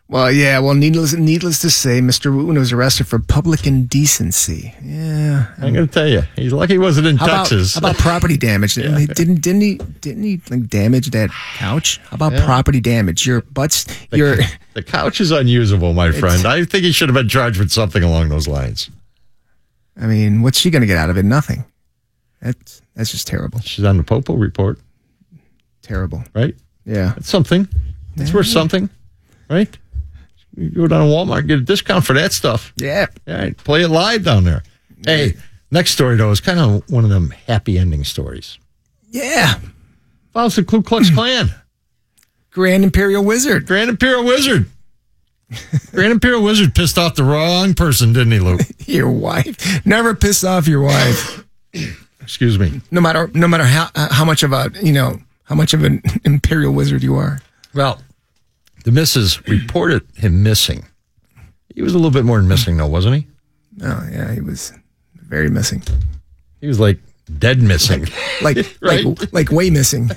[SPEAKER 3] Well, yeah. Well, needless needless to say, Mr. Wooten was arrested for public indecency. Yeah.
[SPEAKER 2] I'm going to tell you, he's lucky he wasn't in
[SPEAKER 3] How about,
[SPEAKER 2] Texas.
[SPEAKER 3] how about property damage? Didn't, he- didn't didn't he didn't he like damage that couch? How about property damage? Your butts, your
[SPEAKER 2] the couch is unusable, my friend. I think he should have been charged with something along those lines.
[SPEAKER 3] I mean, what's she gonna get out of it? Nothing. That's that's just terrible.
[SPEAKER 2] She's on the Popo report,
[SPEAKER 3] Terrible.
[SPEAKER 2] right?
[SPEAKER 3] Yeah.
[SPEAKER 2] It's something. It's worth something, right? You go down to Walmart and get a discount for that stuff.
[SPEAKER 3] Yeah.
[SPEAKER 2] All right, play it live down there. Hey, next story though is kind of one of them happy ending stories.
[SPEAKER 3] Yeah.
[SPEAKER 2] Follows the Ku Klux Klan,
[SPEAKER 3] Grand Imperial Wizard.
[SPEAKER 2] Grand Imperial Wizard. Grand Imperial Wizard pissed off the wrong person, didn't he, Luke?
[SPEAKER 3] Your wife. Never piss off your wife.
[SPEAKER 2] Excuse me.
[SPEAKER 3] No matter no matter how uh, how much of a you know how much of an Imperial Wizard you are.
[SPEAKER 2] Well, the missus reported him missing. He was a little bit more than missing, though, wasn't he?
[SPEAKER 3] Oh yeah, he was very missing.
[SPEAKER 2] He was like dead missing.
[SPEAKER 3] Like like
[SPEAKER 2] Right.
[SPEAKER 3] like way missing.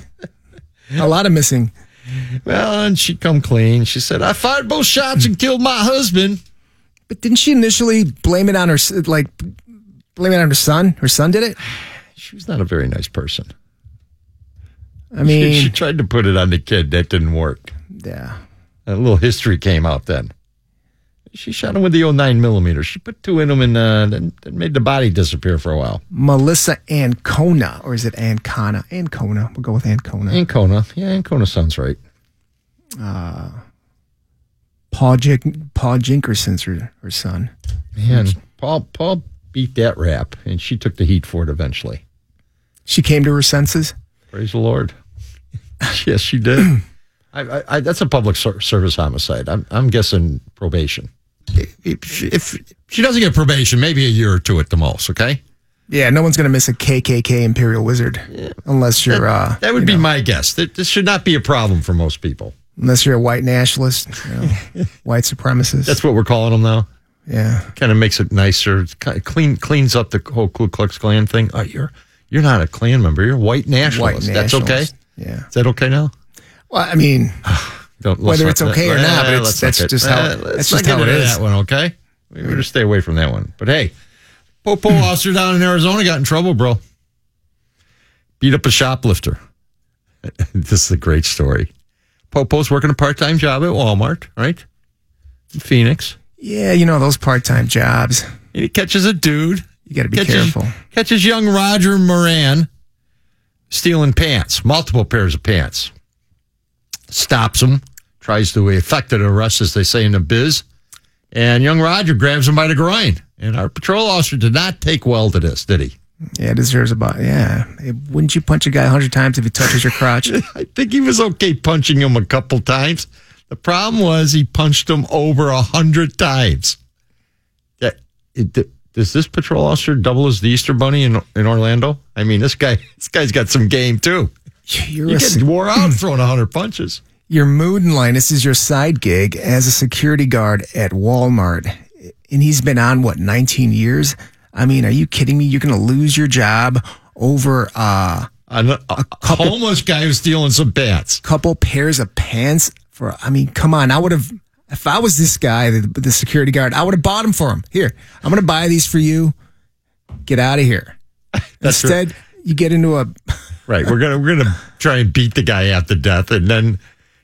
[SPEAKER 3] A lot of missing.
[SPEAKER 2] well, and she come clean. She said, "I fired both shots and killed my husband."
[SPEAKER 3] But didn't she initially blame it on her, s- like, blame it on her son? Her son did it?
[SPEAKER 2] She was not a very nice person.
[SPEAKER 3] I
[SPEAKER 2] She, she
[SPEAKER 3] mean,
[SPEAKER 2] tried to put it on the kid. That didn't work.
[SPEAKER 3] yeah.
[SPEAKER 2] A little history came out then. She shot him with the old nine millimeter. She put two in him and uh, then, then made the body disappear for a while.
[SPEAKER 3] Melissa Ancona, or is it Ancona? Ancona. We'll go with
[SPEAKER 2] Mm.
[SPEAKER 3] Ancona.
[SPEAKER 2] Ancona, yeah, Ancona sounds right.
[SPEAKER 3] Uh, Paul, Jink, Paul Jinkerson's her, her son.
[SPEAKER 2] Man, Paul Paul beat that rap, and she took the heat for it eventually.
[SPEAKER 3] She came to her senses.
[SPEAKER 2] Praise the Lord. yes, she did. I, I, I, that's a public ser- service homicide. I'm, I'm guessing probation. If she, if she doesn't get probation, maybe a year or two at the most. Okay,
[SPEAKER 3] Yeah, no one's going to miss a KKK Imperial Wizard unless you're uh,
[SPEAKER 2] that would be my guess. That this should not be a problem for most people.
[SPEAKER 3] unless you're a white nationalist, you know, white supremacist.
[SPEAKER 2] That's what we're calling them now.
[SPEAKER 3] yeah.
[SPEAKER 2] Kind of makes it nicer. It's Kind of clean cleans up the whole Ku Klux Klan thing. Oh, you're you're not a Klan member. You're a white nationalist. That's okay.
[SPEAKER 3] nationalist. Yeah.
[SPEAKER 2] Is that okay now?
[SPEAKER 3] Well, I mean,
[SPEAKER 2] Don't, let's
[SPEAKER 3] Whether it's okay or
[SPEAKER 2] eh,
[SPEAKER 3] not, but it's-
[SPEAKER 2] let's
[SPEAKER 3] that's
[SPEAKER 2] not get-
[SPEAKER 3] just how-
[SPEAKER 2] eh,
[SPEAKER 3] that's
[SPEAKER 2] let's not
[SPEAKER 3] just
[SPEAKER 2] get
[SPEAKER 3] how it
[SPEAKER 2] into
[SPEAKER 3] is.
[SPEAKER 2] That one, okay? We better stay away from that one. But hey, Popo
[SPEAKER 3] Hmm.
[SPEAKER 2] officer down in Arizona got in trouble, bro. Beat up a shoplifter. this is a great story. Popo's working a part-time job at Walmart, right? In Phoenix.
[SPEAKER 3] yeah, you know, those part time jobs.
[SPEAKER 2] And he catches a dude.
[SPEAKER 3] You got to be
[SPEAKER 2] catches,
[SPEAKER 3] careful.
[SPEAKER 2] Catches young Roger Moran stealing pants, multiple pairs of pants. Stops him, tries to effect an arrest, as they say in the biz. And young Roger grabs him by the groin. And our patrol officer did not take well to this, did he?
[SPEAKER 3] Yeah, it deserves a bot. Yeah. Hey, wouldn't you punch a guy a hundred times if he touches your crotch?
[SPEAKER 2] I think he was okay punching him a couple times. The problem was he punched him over a hundred times. That it, th- does this patrol officer double as the Easter Bunny in in Orlando? I mean, this guy this guy's got some game too.
[SPEAKER 3] You're
[SPEAKER 2] You
[SPEAKER 3] a,
[SPEAKER 2] get wore out throwing a hundred punches.
[SPEAKER 3] your mood and Linus is your side gig as a security guard at Walmart. And he's been on what, 19 years? I mean, are you kidding me? You're going to lose your job over uh,
[SPEAKER 2] An- A, a homeless guy who's stealing some pants.
[SPEAKER 3] couple pairs of pants for, I mean, come on. I would have, if I was this guy, the, the security guard, I would have bought them for him. Here, I'm going to buy these for you. Get out of here.
[SPEAKER 2] That's right.
[SPEAKER 3] Instead, you get into a
[SPEAKER 2] Right. We're gonna we're gonna try and beat the guy half to death, and then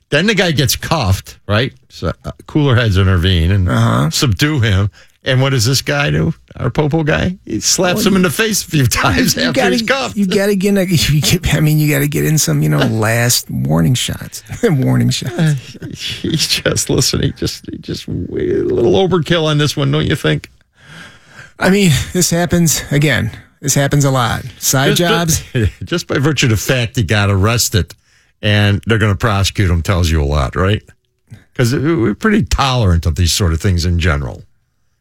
[SPEAKER 2] then the guy gets cuffed. Right. So uh, cooler heads intervene and
[SPEAKER 3] Uh-huh.
[SPEAKER 2] subdue him. And what does this guy do? Our popo guy. He slaps him in the face a few times
[SPEAKER 3] you
[SPEAKER 2] after
[SPEAKER 3] gotta,
[SPEAKER 2] he's cuffed.
[SPEAKER 3] you gotta get, in a- you get- I mean, you gotta get in some, you know, last warning shots, warning shots.
[SPEAKER 2] he's just listen. He just he just a little overkill on this one, don't you think?
[SPEAKER 3] I mean, this happens again. This happens a lot. Side jobs.
[SPEAKER 2] Just, just by virtue of the fact he got arrested and they're going to prosecute him tells you a lot, right? Because we're pretty tolerant of these sort of things in general,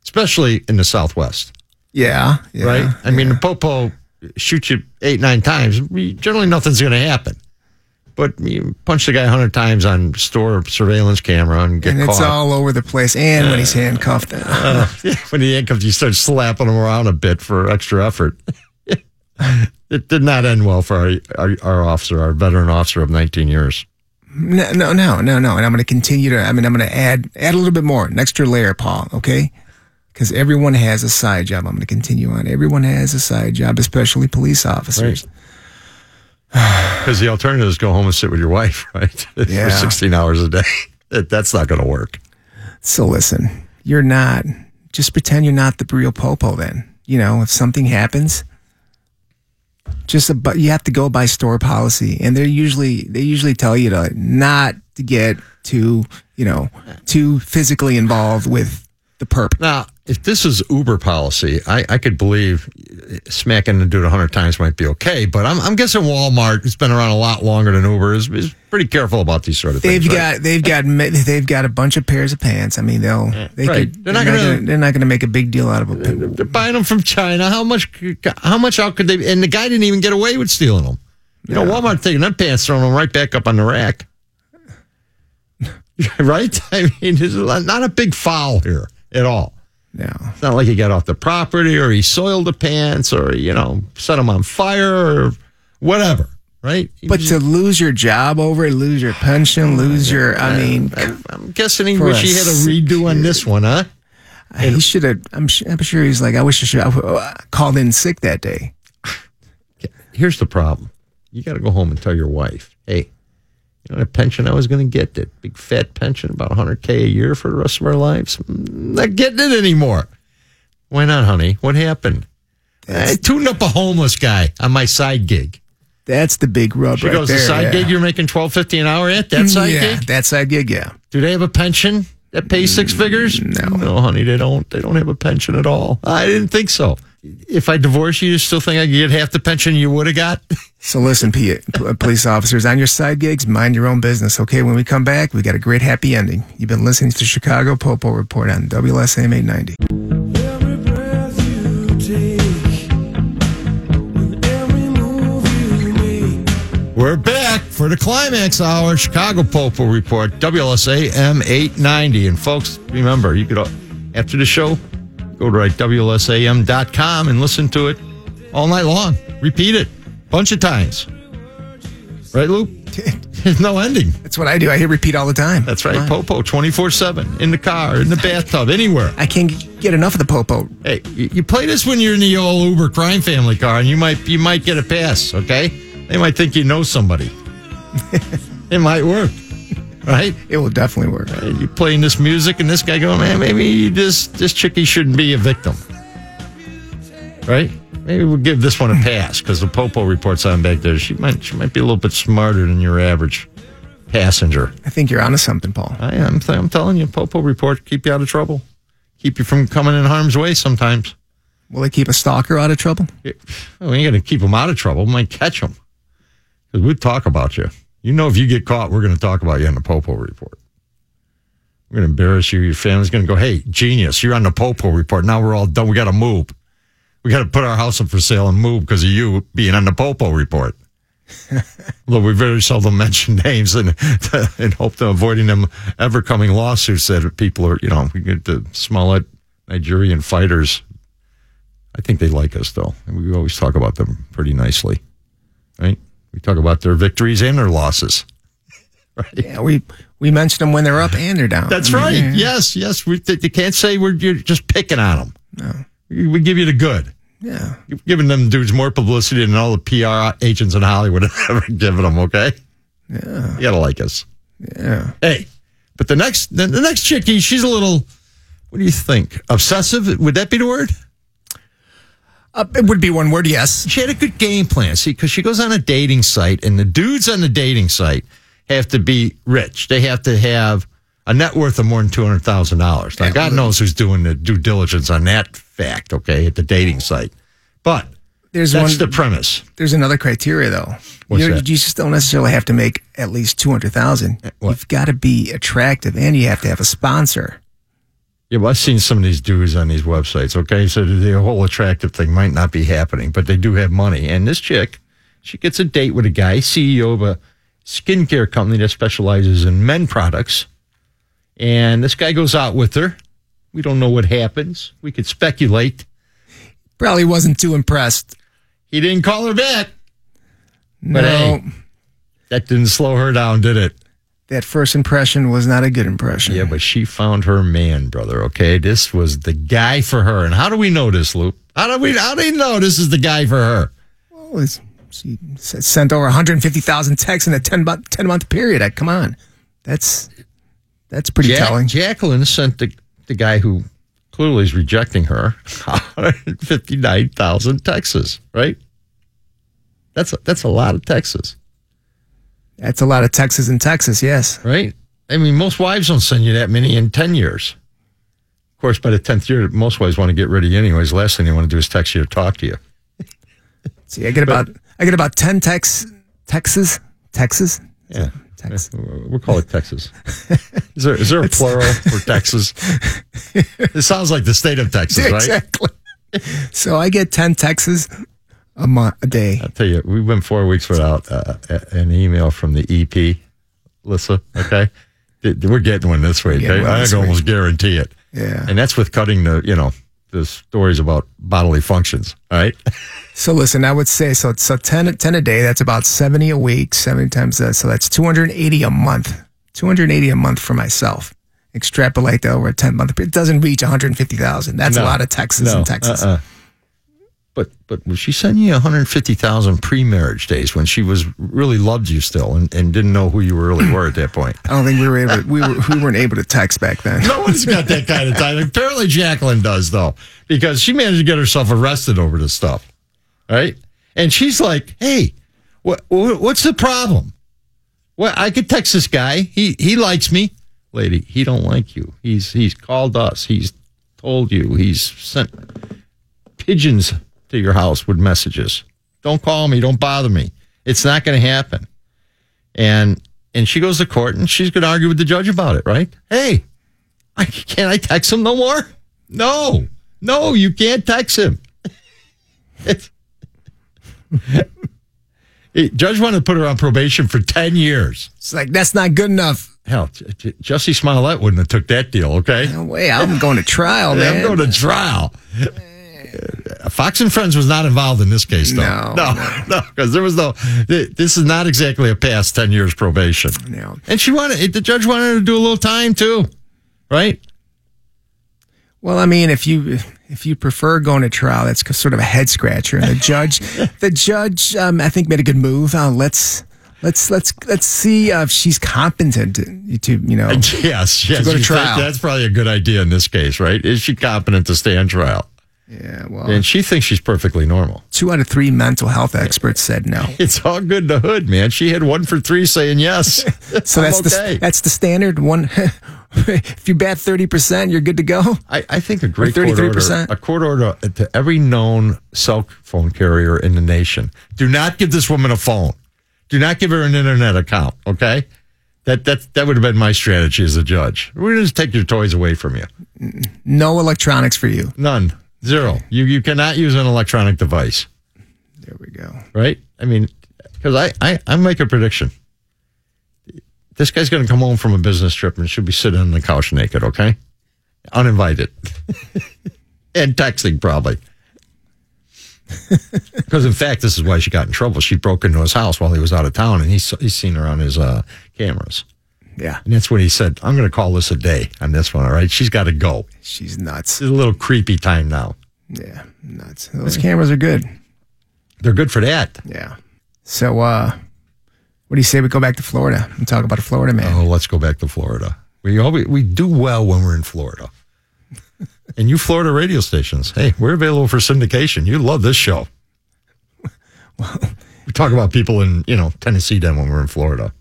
[SPEAKER 2] especially in the Southwest,
[SPEAKER 3] Yeah, yeah.
[SPEAKER 2] right? I mean, the Popo shoots you eight, nine times. we- Generally, nothing's going to happen. But you punch the guy a hundred times on store surveillance camera and get
[SPEAKER 3] and
[SPEAKER 2] caught.
[SPEAKER 3] it's all over the place. And when he's handcuffed, uh,
[SPEAKER 2] when he handcuffs, you start slapping him around a bit for extra effort. it did not end well for our, our our officer, our veteran officer of 19 years.
[SPEAKER 3] no, no, no, no, no. And I'm going to continue to. I mean, I'm going to add add a little bit more, an extra layer, Paul. Okay, because everyone has a side job. I'm going to continue on. Everyone has a side job, especially police officers.
[SPEAKER 2] Because the alternative is go home and sit with your wife, right?
[SPEAKER 3] Yeah.
[SPEAKER 2] for 16 hours a day. That- That's not going to work.
[SPEAKER 3] So listen, you're not. Just pretend you're not the real popo. Then you know if something happens, just about, you have to go by store policy, and they're usually they usually tell you to not to get too you know too physically involved with the perp.
[SPEAKER 2] Now, if this is Uber policy, I, I could believe smacking the dude 100 times might be okay. But I'm, I'm guessing Walmart, who's been around a lot longer than Uber, is, is pretty careful about these sort of
[SPEAKER 3] They've
[SPEAKER 2] things. right?
[SPEAKER 3] got they've got ma- they've got a bunch of pairs of pants. I mean, they'll they
[SPEAKER 2] Right.
[SPEAKER 3] could,
[SPEAKER 2] They're not gonna-
[SPEAKER 3] they're not going to make a big deal out of a
[SPEAKER 2] They're buying them from China. How much? How much out could they? And the guy didn't even get away with stealing them. You know, Walmart taking them pants, throwing them right back up on the rack. right? I mean, there's not a big foul here at all.
[SPEAKER 3] now.
[SPEAKER 2] It's not like he got off the property or he soiled the pants or you know set them on fire or whatever. Right? He
[SPEAKER 3] But
[SPEAKER 2] was-
[SPEAKER 3] to lose your job over, it, lose your
[SPEAKER 2] Oh,
[SPEAKER 3] pension, lose your I mean,
[SPEAKER 2] I'm guessing he
[SPEAKER 3] for
[SPEAKER 2] wish
[SPEAKER 3] a
[SPEAKER 2] he had a redo on this one, huh?
[SPEAKER 3] he should have. I'm, su- I'm sure he's like, I wish I should have uh, called in sick that day.
[SPEAKER 2] here's the problem. You got to go home and tell your wife, hey, you know that pension I was going to get, that big fat pension, about 100K a year for the rest of our lives? Mm, Not getting it anymore. Why not, honey? What happened? I tuned up a homeless guy on my side gig.
[SPEAKER 3] That's the big rub
[SPEAKER 2] She
[SPEAKER 3] right
[SPEAKER 2] goes,
[SPEAKER 3] there.
[SPEAKER 2] the side
[SPEAKER 3] yeah.
[SPEAKER 2] gig you're making 1250 an hour at? That side
[SPEAKER 3] yeah,
[SPEAKER 2] gig?
[SPEAKER 3] that side gig, yeah.
[SPEAKER 2] Do they have a pension that pays
[SPEAKER 3] Mm,
[SPEAKER 2] six figures? No. No, honey, they don't. They don't have a pension at all. I didn't think so. If I divorce you, you still think I could get half the pension you would have got?
[SPEAKER 3] So listen, P- p- police officers, on your side gigs, mind your own business. Okay, when we come back, we got a great happy ending. You've been listening to the Chicago Popo Report on WSM 890.
[SPEAKER 2] We're back for the climax hour, Chicago Popo Report, WLSA M 890. And folks, remember, you could, uh, after the show, go to right, WLSAM.com and listen to it all night long. Repeat it a bunch of times. Right, Lou? There's no ending.
[SPEAKER 3] That's what I do. I hear repeat all the time.
[SPEAKER 2] That's right, Popo 24 7, in the car, in the bathtub, anywhere.
[SPEAKER 3] I can't get enough of the Popo.
[SPEAKER 2] Hey, you you play this when you're in the old Uber crime family car, and you might you might get a pass. Okay, they might think you know somebody. it might work, right?
[SPEAKER 3] It will definitely work.
[SPEAKER 2] And You playing this music, and this guy going, man, maybe you just this chickie shouldn't be a victim, right? Maybe we'll give this one a pass because the Popo reports on back there. She might she might be a little bit smarter than your average passenger.
[SPEAKER 3] I think you're onto something, Paul.
[SPEAKER 2] I am. I'm telling you, Popo report keep you out of trouble, keep you from coming in harm's way sometimes.
[SPEAKER 3] Will it keep a stalker out of trouble?
[SPEAKER 2] Yeah, We ain't going to keep them out of trouble. We might catch them. Because we'd talk about you. You know, if you get caught, we're going to talk about you on the Popo report. We're going to embarrass you. Your family's going to go, hey, genius, you're on the Popo report. Now we're all done. We got to move. We got to put our house up for sale and move because of you being on the Popo report. Although we very seldom mention names and and hope to avoiding them ever coming lawsuits that people are, you know, we get the Smollett Nigerian fighters I think they like us though, and we always talk about them pretty nicely, right? We talk about their victories and their losses.
[SPEAKER 3] Yeah, we we mention them when they're up and they're down.
[SPEAKER 2] That's
[SPEAKER 3] I mean,
[SPEAKER 2] right.
[SPEAKER 3] yeah.
[SPEAKER 2] Yes, yes. We they can't say we're you're just picking on them. No, we give you the good.
[SPEAKER 3] Yeah.
[SPEAKER 2] You're giving them dudes more publicity than all the PR agents in Hollywood have ever given them. Okay, yeah, you gotta like us.
[SPEAKER 3] Yeah.
[SPEAKER 2] Hey, but the next the, the next chickie, she's a little. What do you think? Obsessive? Would that be the word?
[SPEAKER 3] Uh, it would be one word, yes.
[SPEAKER 2] she had a good game plan. See, because she goes on a dating site, and the dudes on the dating site have to be rich. They have to have a net worth of more than two hundred thousand dollars. Now, God knows who's doing the due diligence on that fact. Okay, at the dating site, but
[SPEAKER 3] There's
[SPEAKER 2] that's the
[SPEAKER 3] one.
[SPEAKER 2] premise.
[SPEAKER 3] there's another criteria though.
[SPEAKER 2] What's
[SPEAKER 3] You're-
[SPEAKER 2] that? Uh,
[SPEAKER 3] You just don't necessarily have to make at least two hundred thousand.
[SPEAKER 2] what?
[SPEAKER 3] You've got to be attractive, and you have to have a sponsor.
[SPEAKER 2] Yeah, well, I've seen some of these dudes on these websites. Okay, so the whole attractive thing might not be happening, but they do have money. And this chick, she gets a date with a guy, CEO E of a skincare company that specializes in men products. And this guy goes out with her. We don't know what happens. We could speculate.
[SPEAKER 3] Probably wasn't too impressed.
[SPEAKER 2] He didn't call her back.
[SPEAKER 3] No,
[SPEAKER 2] hey. That didn't slow her down, did it?
[SPEAKER 3] that first impression was not a good impression.
[SPEAKER 2] Yeah, but she found her man, brother. Okay, this was the guy for her. And how do we know this, Luke? How do we? How do you know this is the guy for her?
[SPEAKER 3] Well, it's- she s- sent over 150,000 texts in a 10 month, 10 month period. I, come on. That's that's pretty
[SPEAKER 2] Jack-
[SPEAKER 3] telling.
[SPEAKER 2] Jacqueline sent the the guy who clearly is rejecting her 159,000 Texas, right? That's a, that's a lot of Texas,
[SPEAKER 3] That's a lot of Texas and Texas, yes.
[SPEAKER 2] right? I mean, most wives don't send you that many in 10 years. Of course, by the 10th year, most wives want to get rid of you anyways. Last thing they want to do is text you or talk to you.
[SPEAKER 3] See, I get about I get about 10 texts Texas, Texas,
[SPEAKER 2] Yeah.
[SPEAKER 3] Texas.
[SPEAKER 2] We'll call it Texas. Is there, is there a plural for Texas? It sounds like the state of Texas, right?
[SPEAKER 3] Exactly. so I get 10 texts a month a day.
[SPEAKER 2] I tell you, we've been four weeks without uh, a- an email from the EP, Lissa. Okay, Th- we're getting one this week.
[SPEAKER 3] Getting one
[SPEAKER 2] I, I
[SPEAKER 3] this
[SPEAKER 2] can almost
[SPEAKER 3] week.
[SPEAKER 2] guarantee it.
[SPEAKER 3] Yeah.
[SPEAKER 2] and that's with cutting the you know the stories about bodily functions. All right,
[SPEAKER 3] So listen, I would say so. So 10, 10 a day. That's about seventy a week. Seventy times that. So that's two hundred and eighty a month. Two hundred and eighty a month for myself. Extrapolate that over a ten month. period. It doesn't reach one hundred and fifty thousand. That's
[SPEAKER 2] No.
[SPEAKER 3] a lot of Texas
[SPEAKER 2] No,
[SPEAKER 3] and Texas.
[SPEAKER 2] uh-uh. But but was she sending you 150,000 pre-marriage days when she was really loved you still and, and didn't know who you really were at that point?
[SPEAKER 3] I don't think we were able. we were we weren't able to text back then.
[SPEAKER 2] No one's got that kind of time. Apparently, Jacqueline does though, because she managed to get herself arrested over this stuff, right? And she's like, "Hey, what, what what's the problem? Well, I could text this guy. He he likes me, lady. He don't like you. He's he's called us. He's told you. He's sent pigeons to your house with messages. Don't call me. Don't bother me. It's not going to happen." And and she goes to court and she's going to argue with the judge about it, right? Hey, I can't I text him no more? No. No, you can't text him. It's- It- judge wanted to put her on probation for 10 years.
[SPEAKER 3] It's like that's not good enough.
[SPEAKER 2] Hell, J- J- Jesse Smollett wouldn't have took that deal, okay?
[SPEAKER 3] No way. I'm going to trial,
[SPEAKER 2] Yeah, I'm
[SPEAKER 3] man.
[SPEAKER 2] going to trial. Fox and Friends was not involved in this case, though.
[SPEAKER 3] No,
[SPEAKER 2] no, because there was no. th- This is not exactly a past ten years probation.
[SPEAKER 3] No.
[SPEAKER 2] And she wanted it- the judge wanted her to do a little time too, right?
[SPEAKER 3] Well, I mean, if you if you prefer going to trial, that's sort of a head scratcher. And the judge, the judge, um, I think made a good move. Uh, let's let's let's let's see uh, if she's competent to, to you know.
[SPEAKER 2] Yes, yes.
[SPEAKER 3] go to
[SPEAKER 2] you think
[SPEAKER 3] trial.
[SPEAKER 2] That's probably a good idea in this case, right? Is she competent to stand trial?
[SPEAKER 3] Yeah, well,
[SPEAKER 2] And she thinks she's perfectly normal.
[SPEAKER 3] two out of three mental health experts said no.
[SPEAKER 2] It's all good in the hood, man. She had one for three saying yes.
[SPEAKER 3] So
[SPEAKER 2] I'm
[SPEAKER 3] that's
[SPEAKER 2] okay.
[SPEAKER 3] the that's the standard one. if you bat thirty percent, you're good to go.
[SPEAKER 2] I, I think a great court order,
[SPEAKER 3] 33%.
[SPEAKER 2] a court order to every known cell phone carrier in the nation. Do not give this woman a phone. Do not give her an internet account. Okay, that that that would have been my strategy as a judge. We're gonna just take your toys away from you.
[SPEAKER 3] No electronics for you.
[SPEAKER 2] None, zero. You you cannot use an electronic device.
[SPEAKER 3] There we go.
[SPEAKER 2] right? I mean, because I, I, I make a prediction. This guy's going to come home from a business trip and should be sitting on the couch naked, okay? Uninvited. and texting, probably. Because, in fact, this is why she got in trouble. She broke into his house while he was out of town, and he's, he's seen her on his uh, cameras.
[SPEAKER 3] Yeah,
[SPEAKER 2] And that's when he said, I'm going to call this a day on this one, all right? She's got to go.
[SPEAKER 3] she's nuts.
[SPEAKER 2] It's a little creepy time now.
[SPEAKER 3] Yeah, nuts. Those cameras are good.
[SPEAKER 2] They're good for that.
[SPEAKER 3] Yeah. So, uh, what do you say we go back to Florida and talk about a Florida man?
[SPEAKER 2] Oh, let's go back to Florida. We always, we do well when we're in Florida. and you Florida radio stations, hey, we're available for syndication. You love this show. we talk about people in you know Tennessee then when we're in Florida,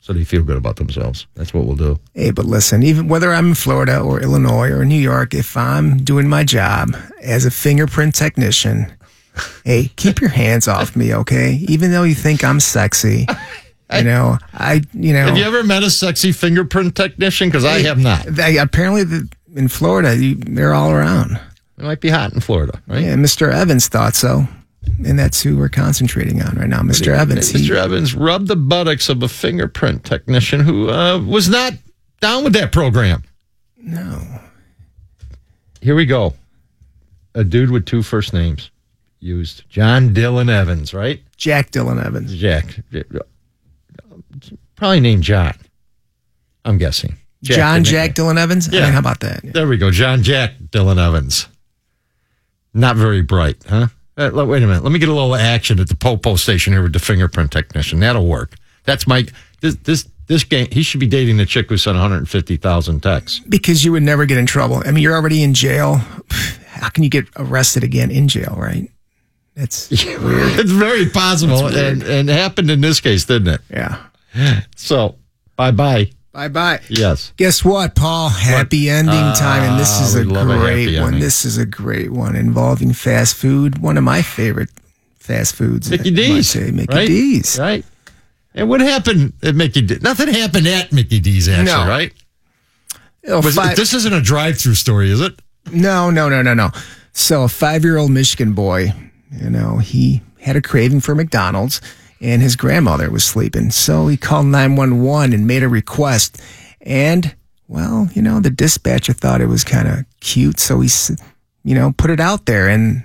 [SPEAKER 2] so they feel good about themselves. That's what we'll do.
[SPEAKER 3] Hey, but listen, even whether I'm in Florida or Illinois or New York, if I'm doing my job as a fingerprint technician, hey, keep your hands off me, okay? Even though you think I'm sexy, you know, I, you know,
[SPEAKER 2] Have you ever met a sexy fingerprint technician? Because I have not.
[SPEAKER 3] they, apparently the, in Florida, you, they're all around.
[SPEAKER 2] It might be hot in Florida, right?
[SPEAKER 3] Yeah, Mr. Evans thought so. And that's who we're concentrating on right now, Mr. Evans. He-
[SPEAKER 2] Mr. Evans rubbed the buttocks of a fingerprint technician who uh, was not down with that program. E-
[SPEAKER 3] no.
[SPEAKER 2] Here we go. A dude with two first names used John Dylan Evans, right?
[SPEAKER 3] Jack Dylan Evans.
[SPEAKER 2] Jack. Probably named John. I'm guessing.
[SPEAKER 3] John
[SPEAKER 2] the
[SPEAKER 3] Jack
[SPEAKER 2] nickname.
[SPEAKER 3] Dylan Evans? I
[SPEAKER 2] Yeah.
[SPEAKER 3] mean, how about that?
[SPEAKER 2] There we go. John Jack Dylan Evans. Not very bright, huh? Uh, le- wait a minute. Let me get a little action at the Popo station here with the fingerprint technician. That'll work. That's my this this this game. He should be dating the chick who sent 150,000 texts.
[SPEAKER 3] Because you would never get in trouble. I mean, you're already in jail. How can you get arrested again in jail, right? That's weird.
[SPEAKER 2] It's very possible, and and happened in this case, didn't it?
[SPEAKER 3] Yeah.
[SPEAKER 2] So bye bye.
[SPEAKER 3] Bye bye.
[SPEAKER 2] Yes.
[SPEAKER 3] Guess what, Paul? Happy ending time. And this is
[SPEAKER 2] Ah, we
[SPEAKER 3] a
[SPEAKER 2] love a happy
[SPEAKER 3] great one.
[SPEAKER 2] ending.
[SPEAKER 3] This is a great one involving fast food. One of my favorite fast foods.
[SPEAKER 2] Mickey
[SPEAKER 3] I might
[SPEAKER 2] D's.
[SPEAKER 3] say. Mickey
[SPEAKER 2] right?
[SPEAKER 3] D's.
[SPEAKER 2] Right. And what happened at Mickey D's? Nothing happened at Mickey D's, actually,
[SPEAKER 3] No.
[SPEAKER 2] right?
[SPEAKER 3] Oh,
[SPEAKER 2] Was
[SPEAKER 3] five-
[SPEAKER 2] it, this isn't a drive through story, is it?
[SPEAKER 3] No, no, no, no, no. So, a five year old Michigan boy, you know, he had a craving for McDonald's and his grandmother was sleeping. So, he called 911 and made a request. And, well, you know, the dispatcher thought it was kind of cute. So, he, s- you know, put it out there. And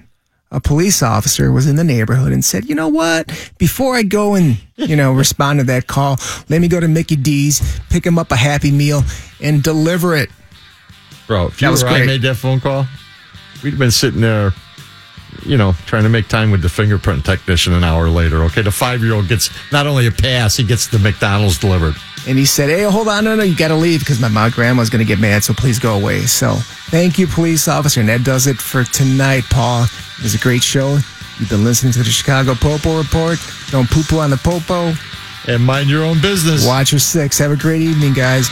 [SPEAKER 3] a police officer was in the neighborhood and said, you know what? Before I go and, you know, respond to that call, let me go to Mickey D's, pick him up a Happy Meal, and deliver it.
[SPEAKER 2] Bro, if
[SPEAKER 3] That
[SPEAKER 2] you
[SPEAKER 3] was
[SPEAKER 2] or I
[SPEAKER 3] great.
[SPEAKER 2] made that phone call, we'd have been sitting there, you know, trying to make time with the fingerprint technician an hour later. Okay, the five year old gets not only a pass, he gets the McDonald's delivered.
[SPEAKER 3] And he said, Hey, hold on, no, no, you gotta leave because my, my grandma's gonna get mad, so please go away. So thank you, police officer. And that does it for tonight, Paul. It was a great show. You've been listening to the Chicago Popo Report. Don't poo poo on the Popo.
[SPEAKER 2] And mind your own business.
[SPEAKER 3] Watch your six. Have a great evening, guys.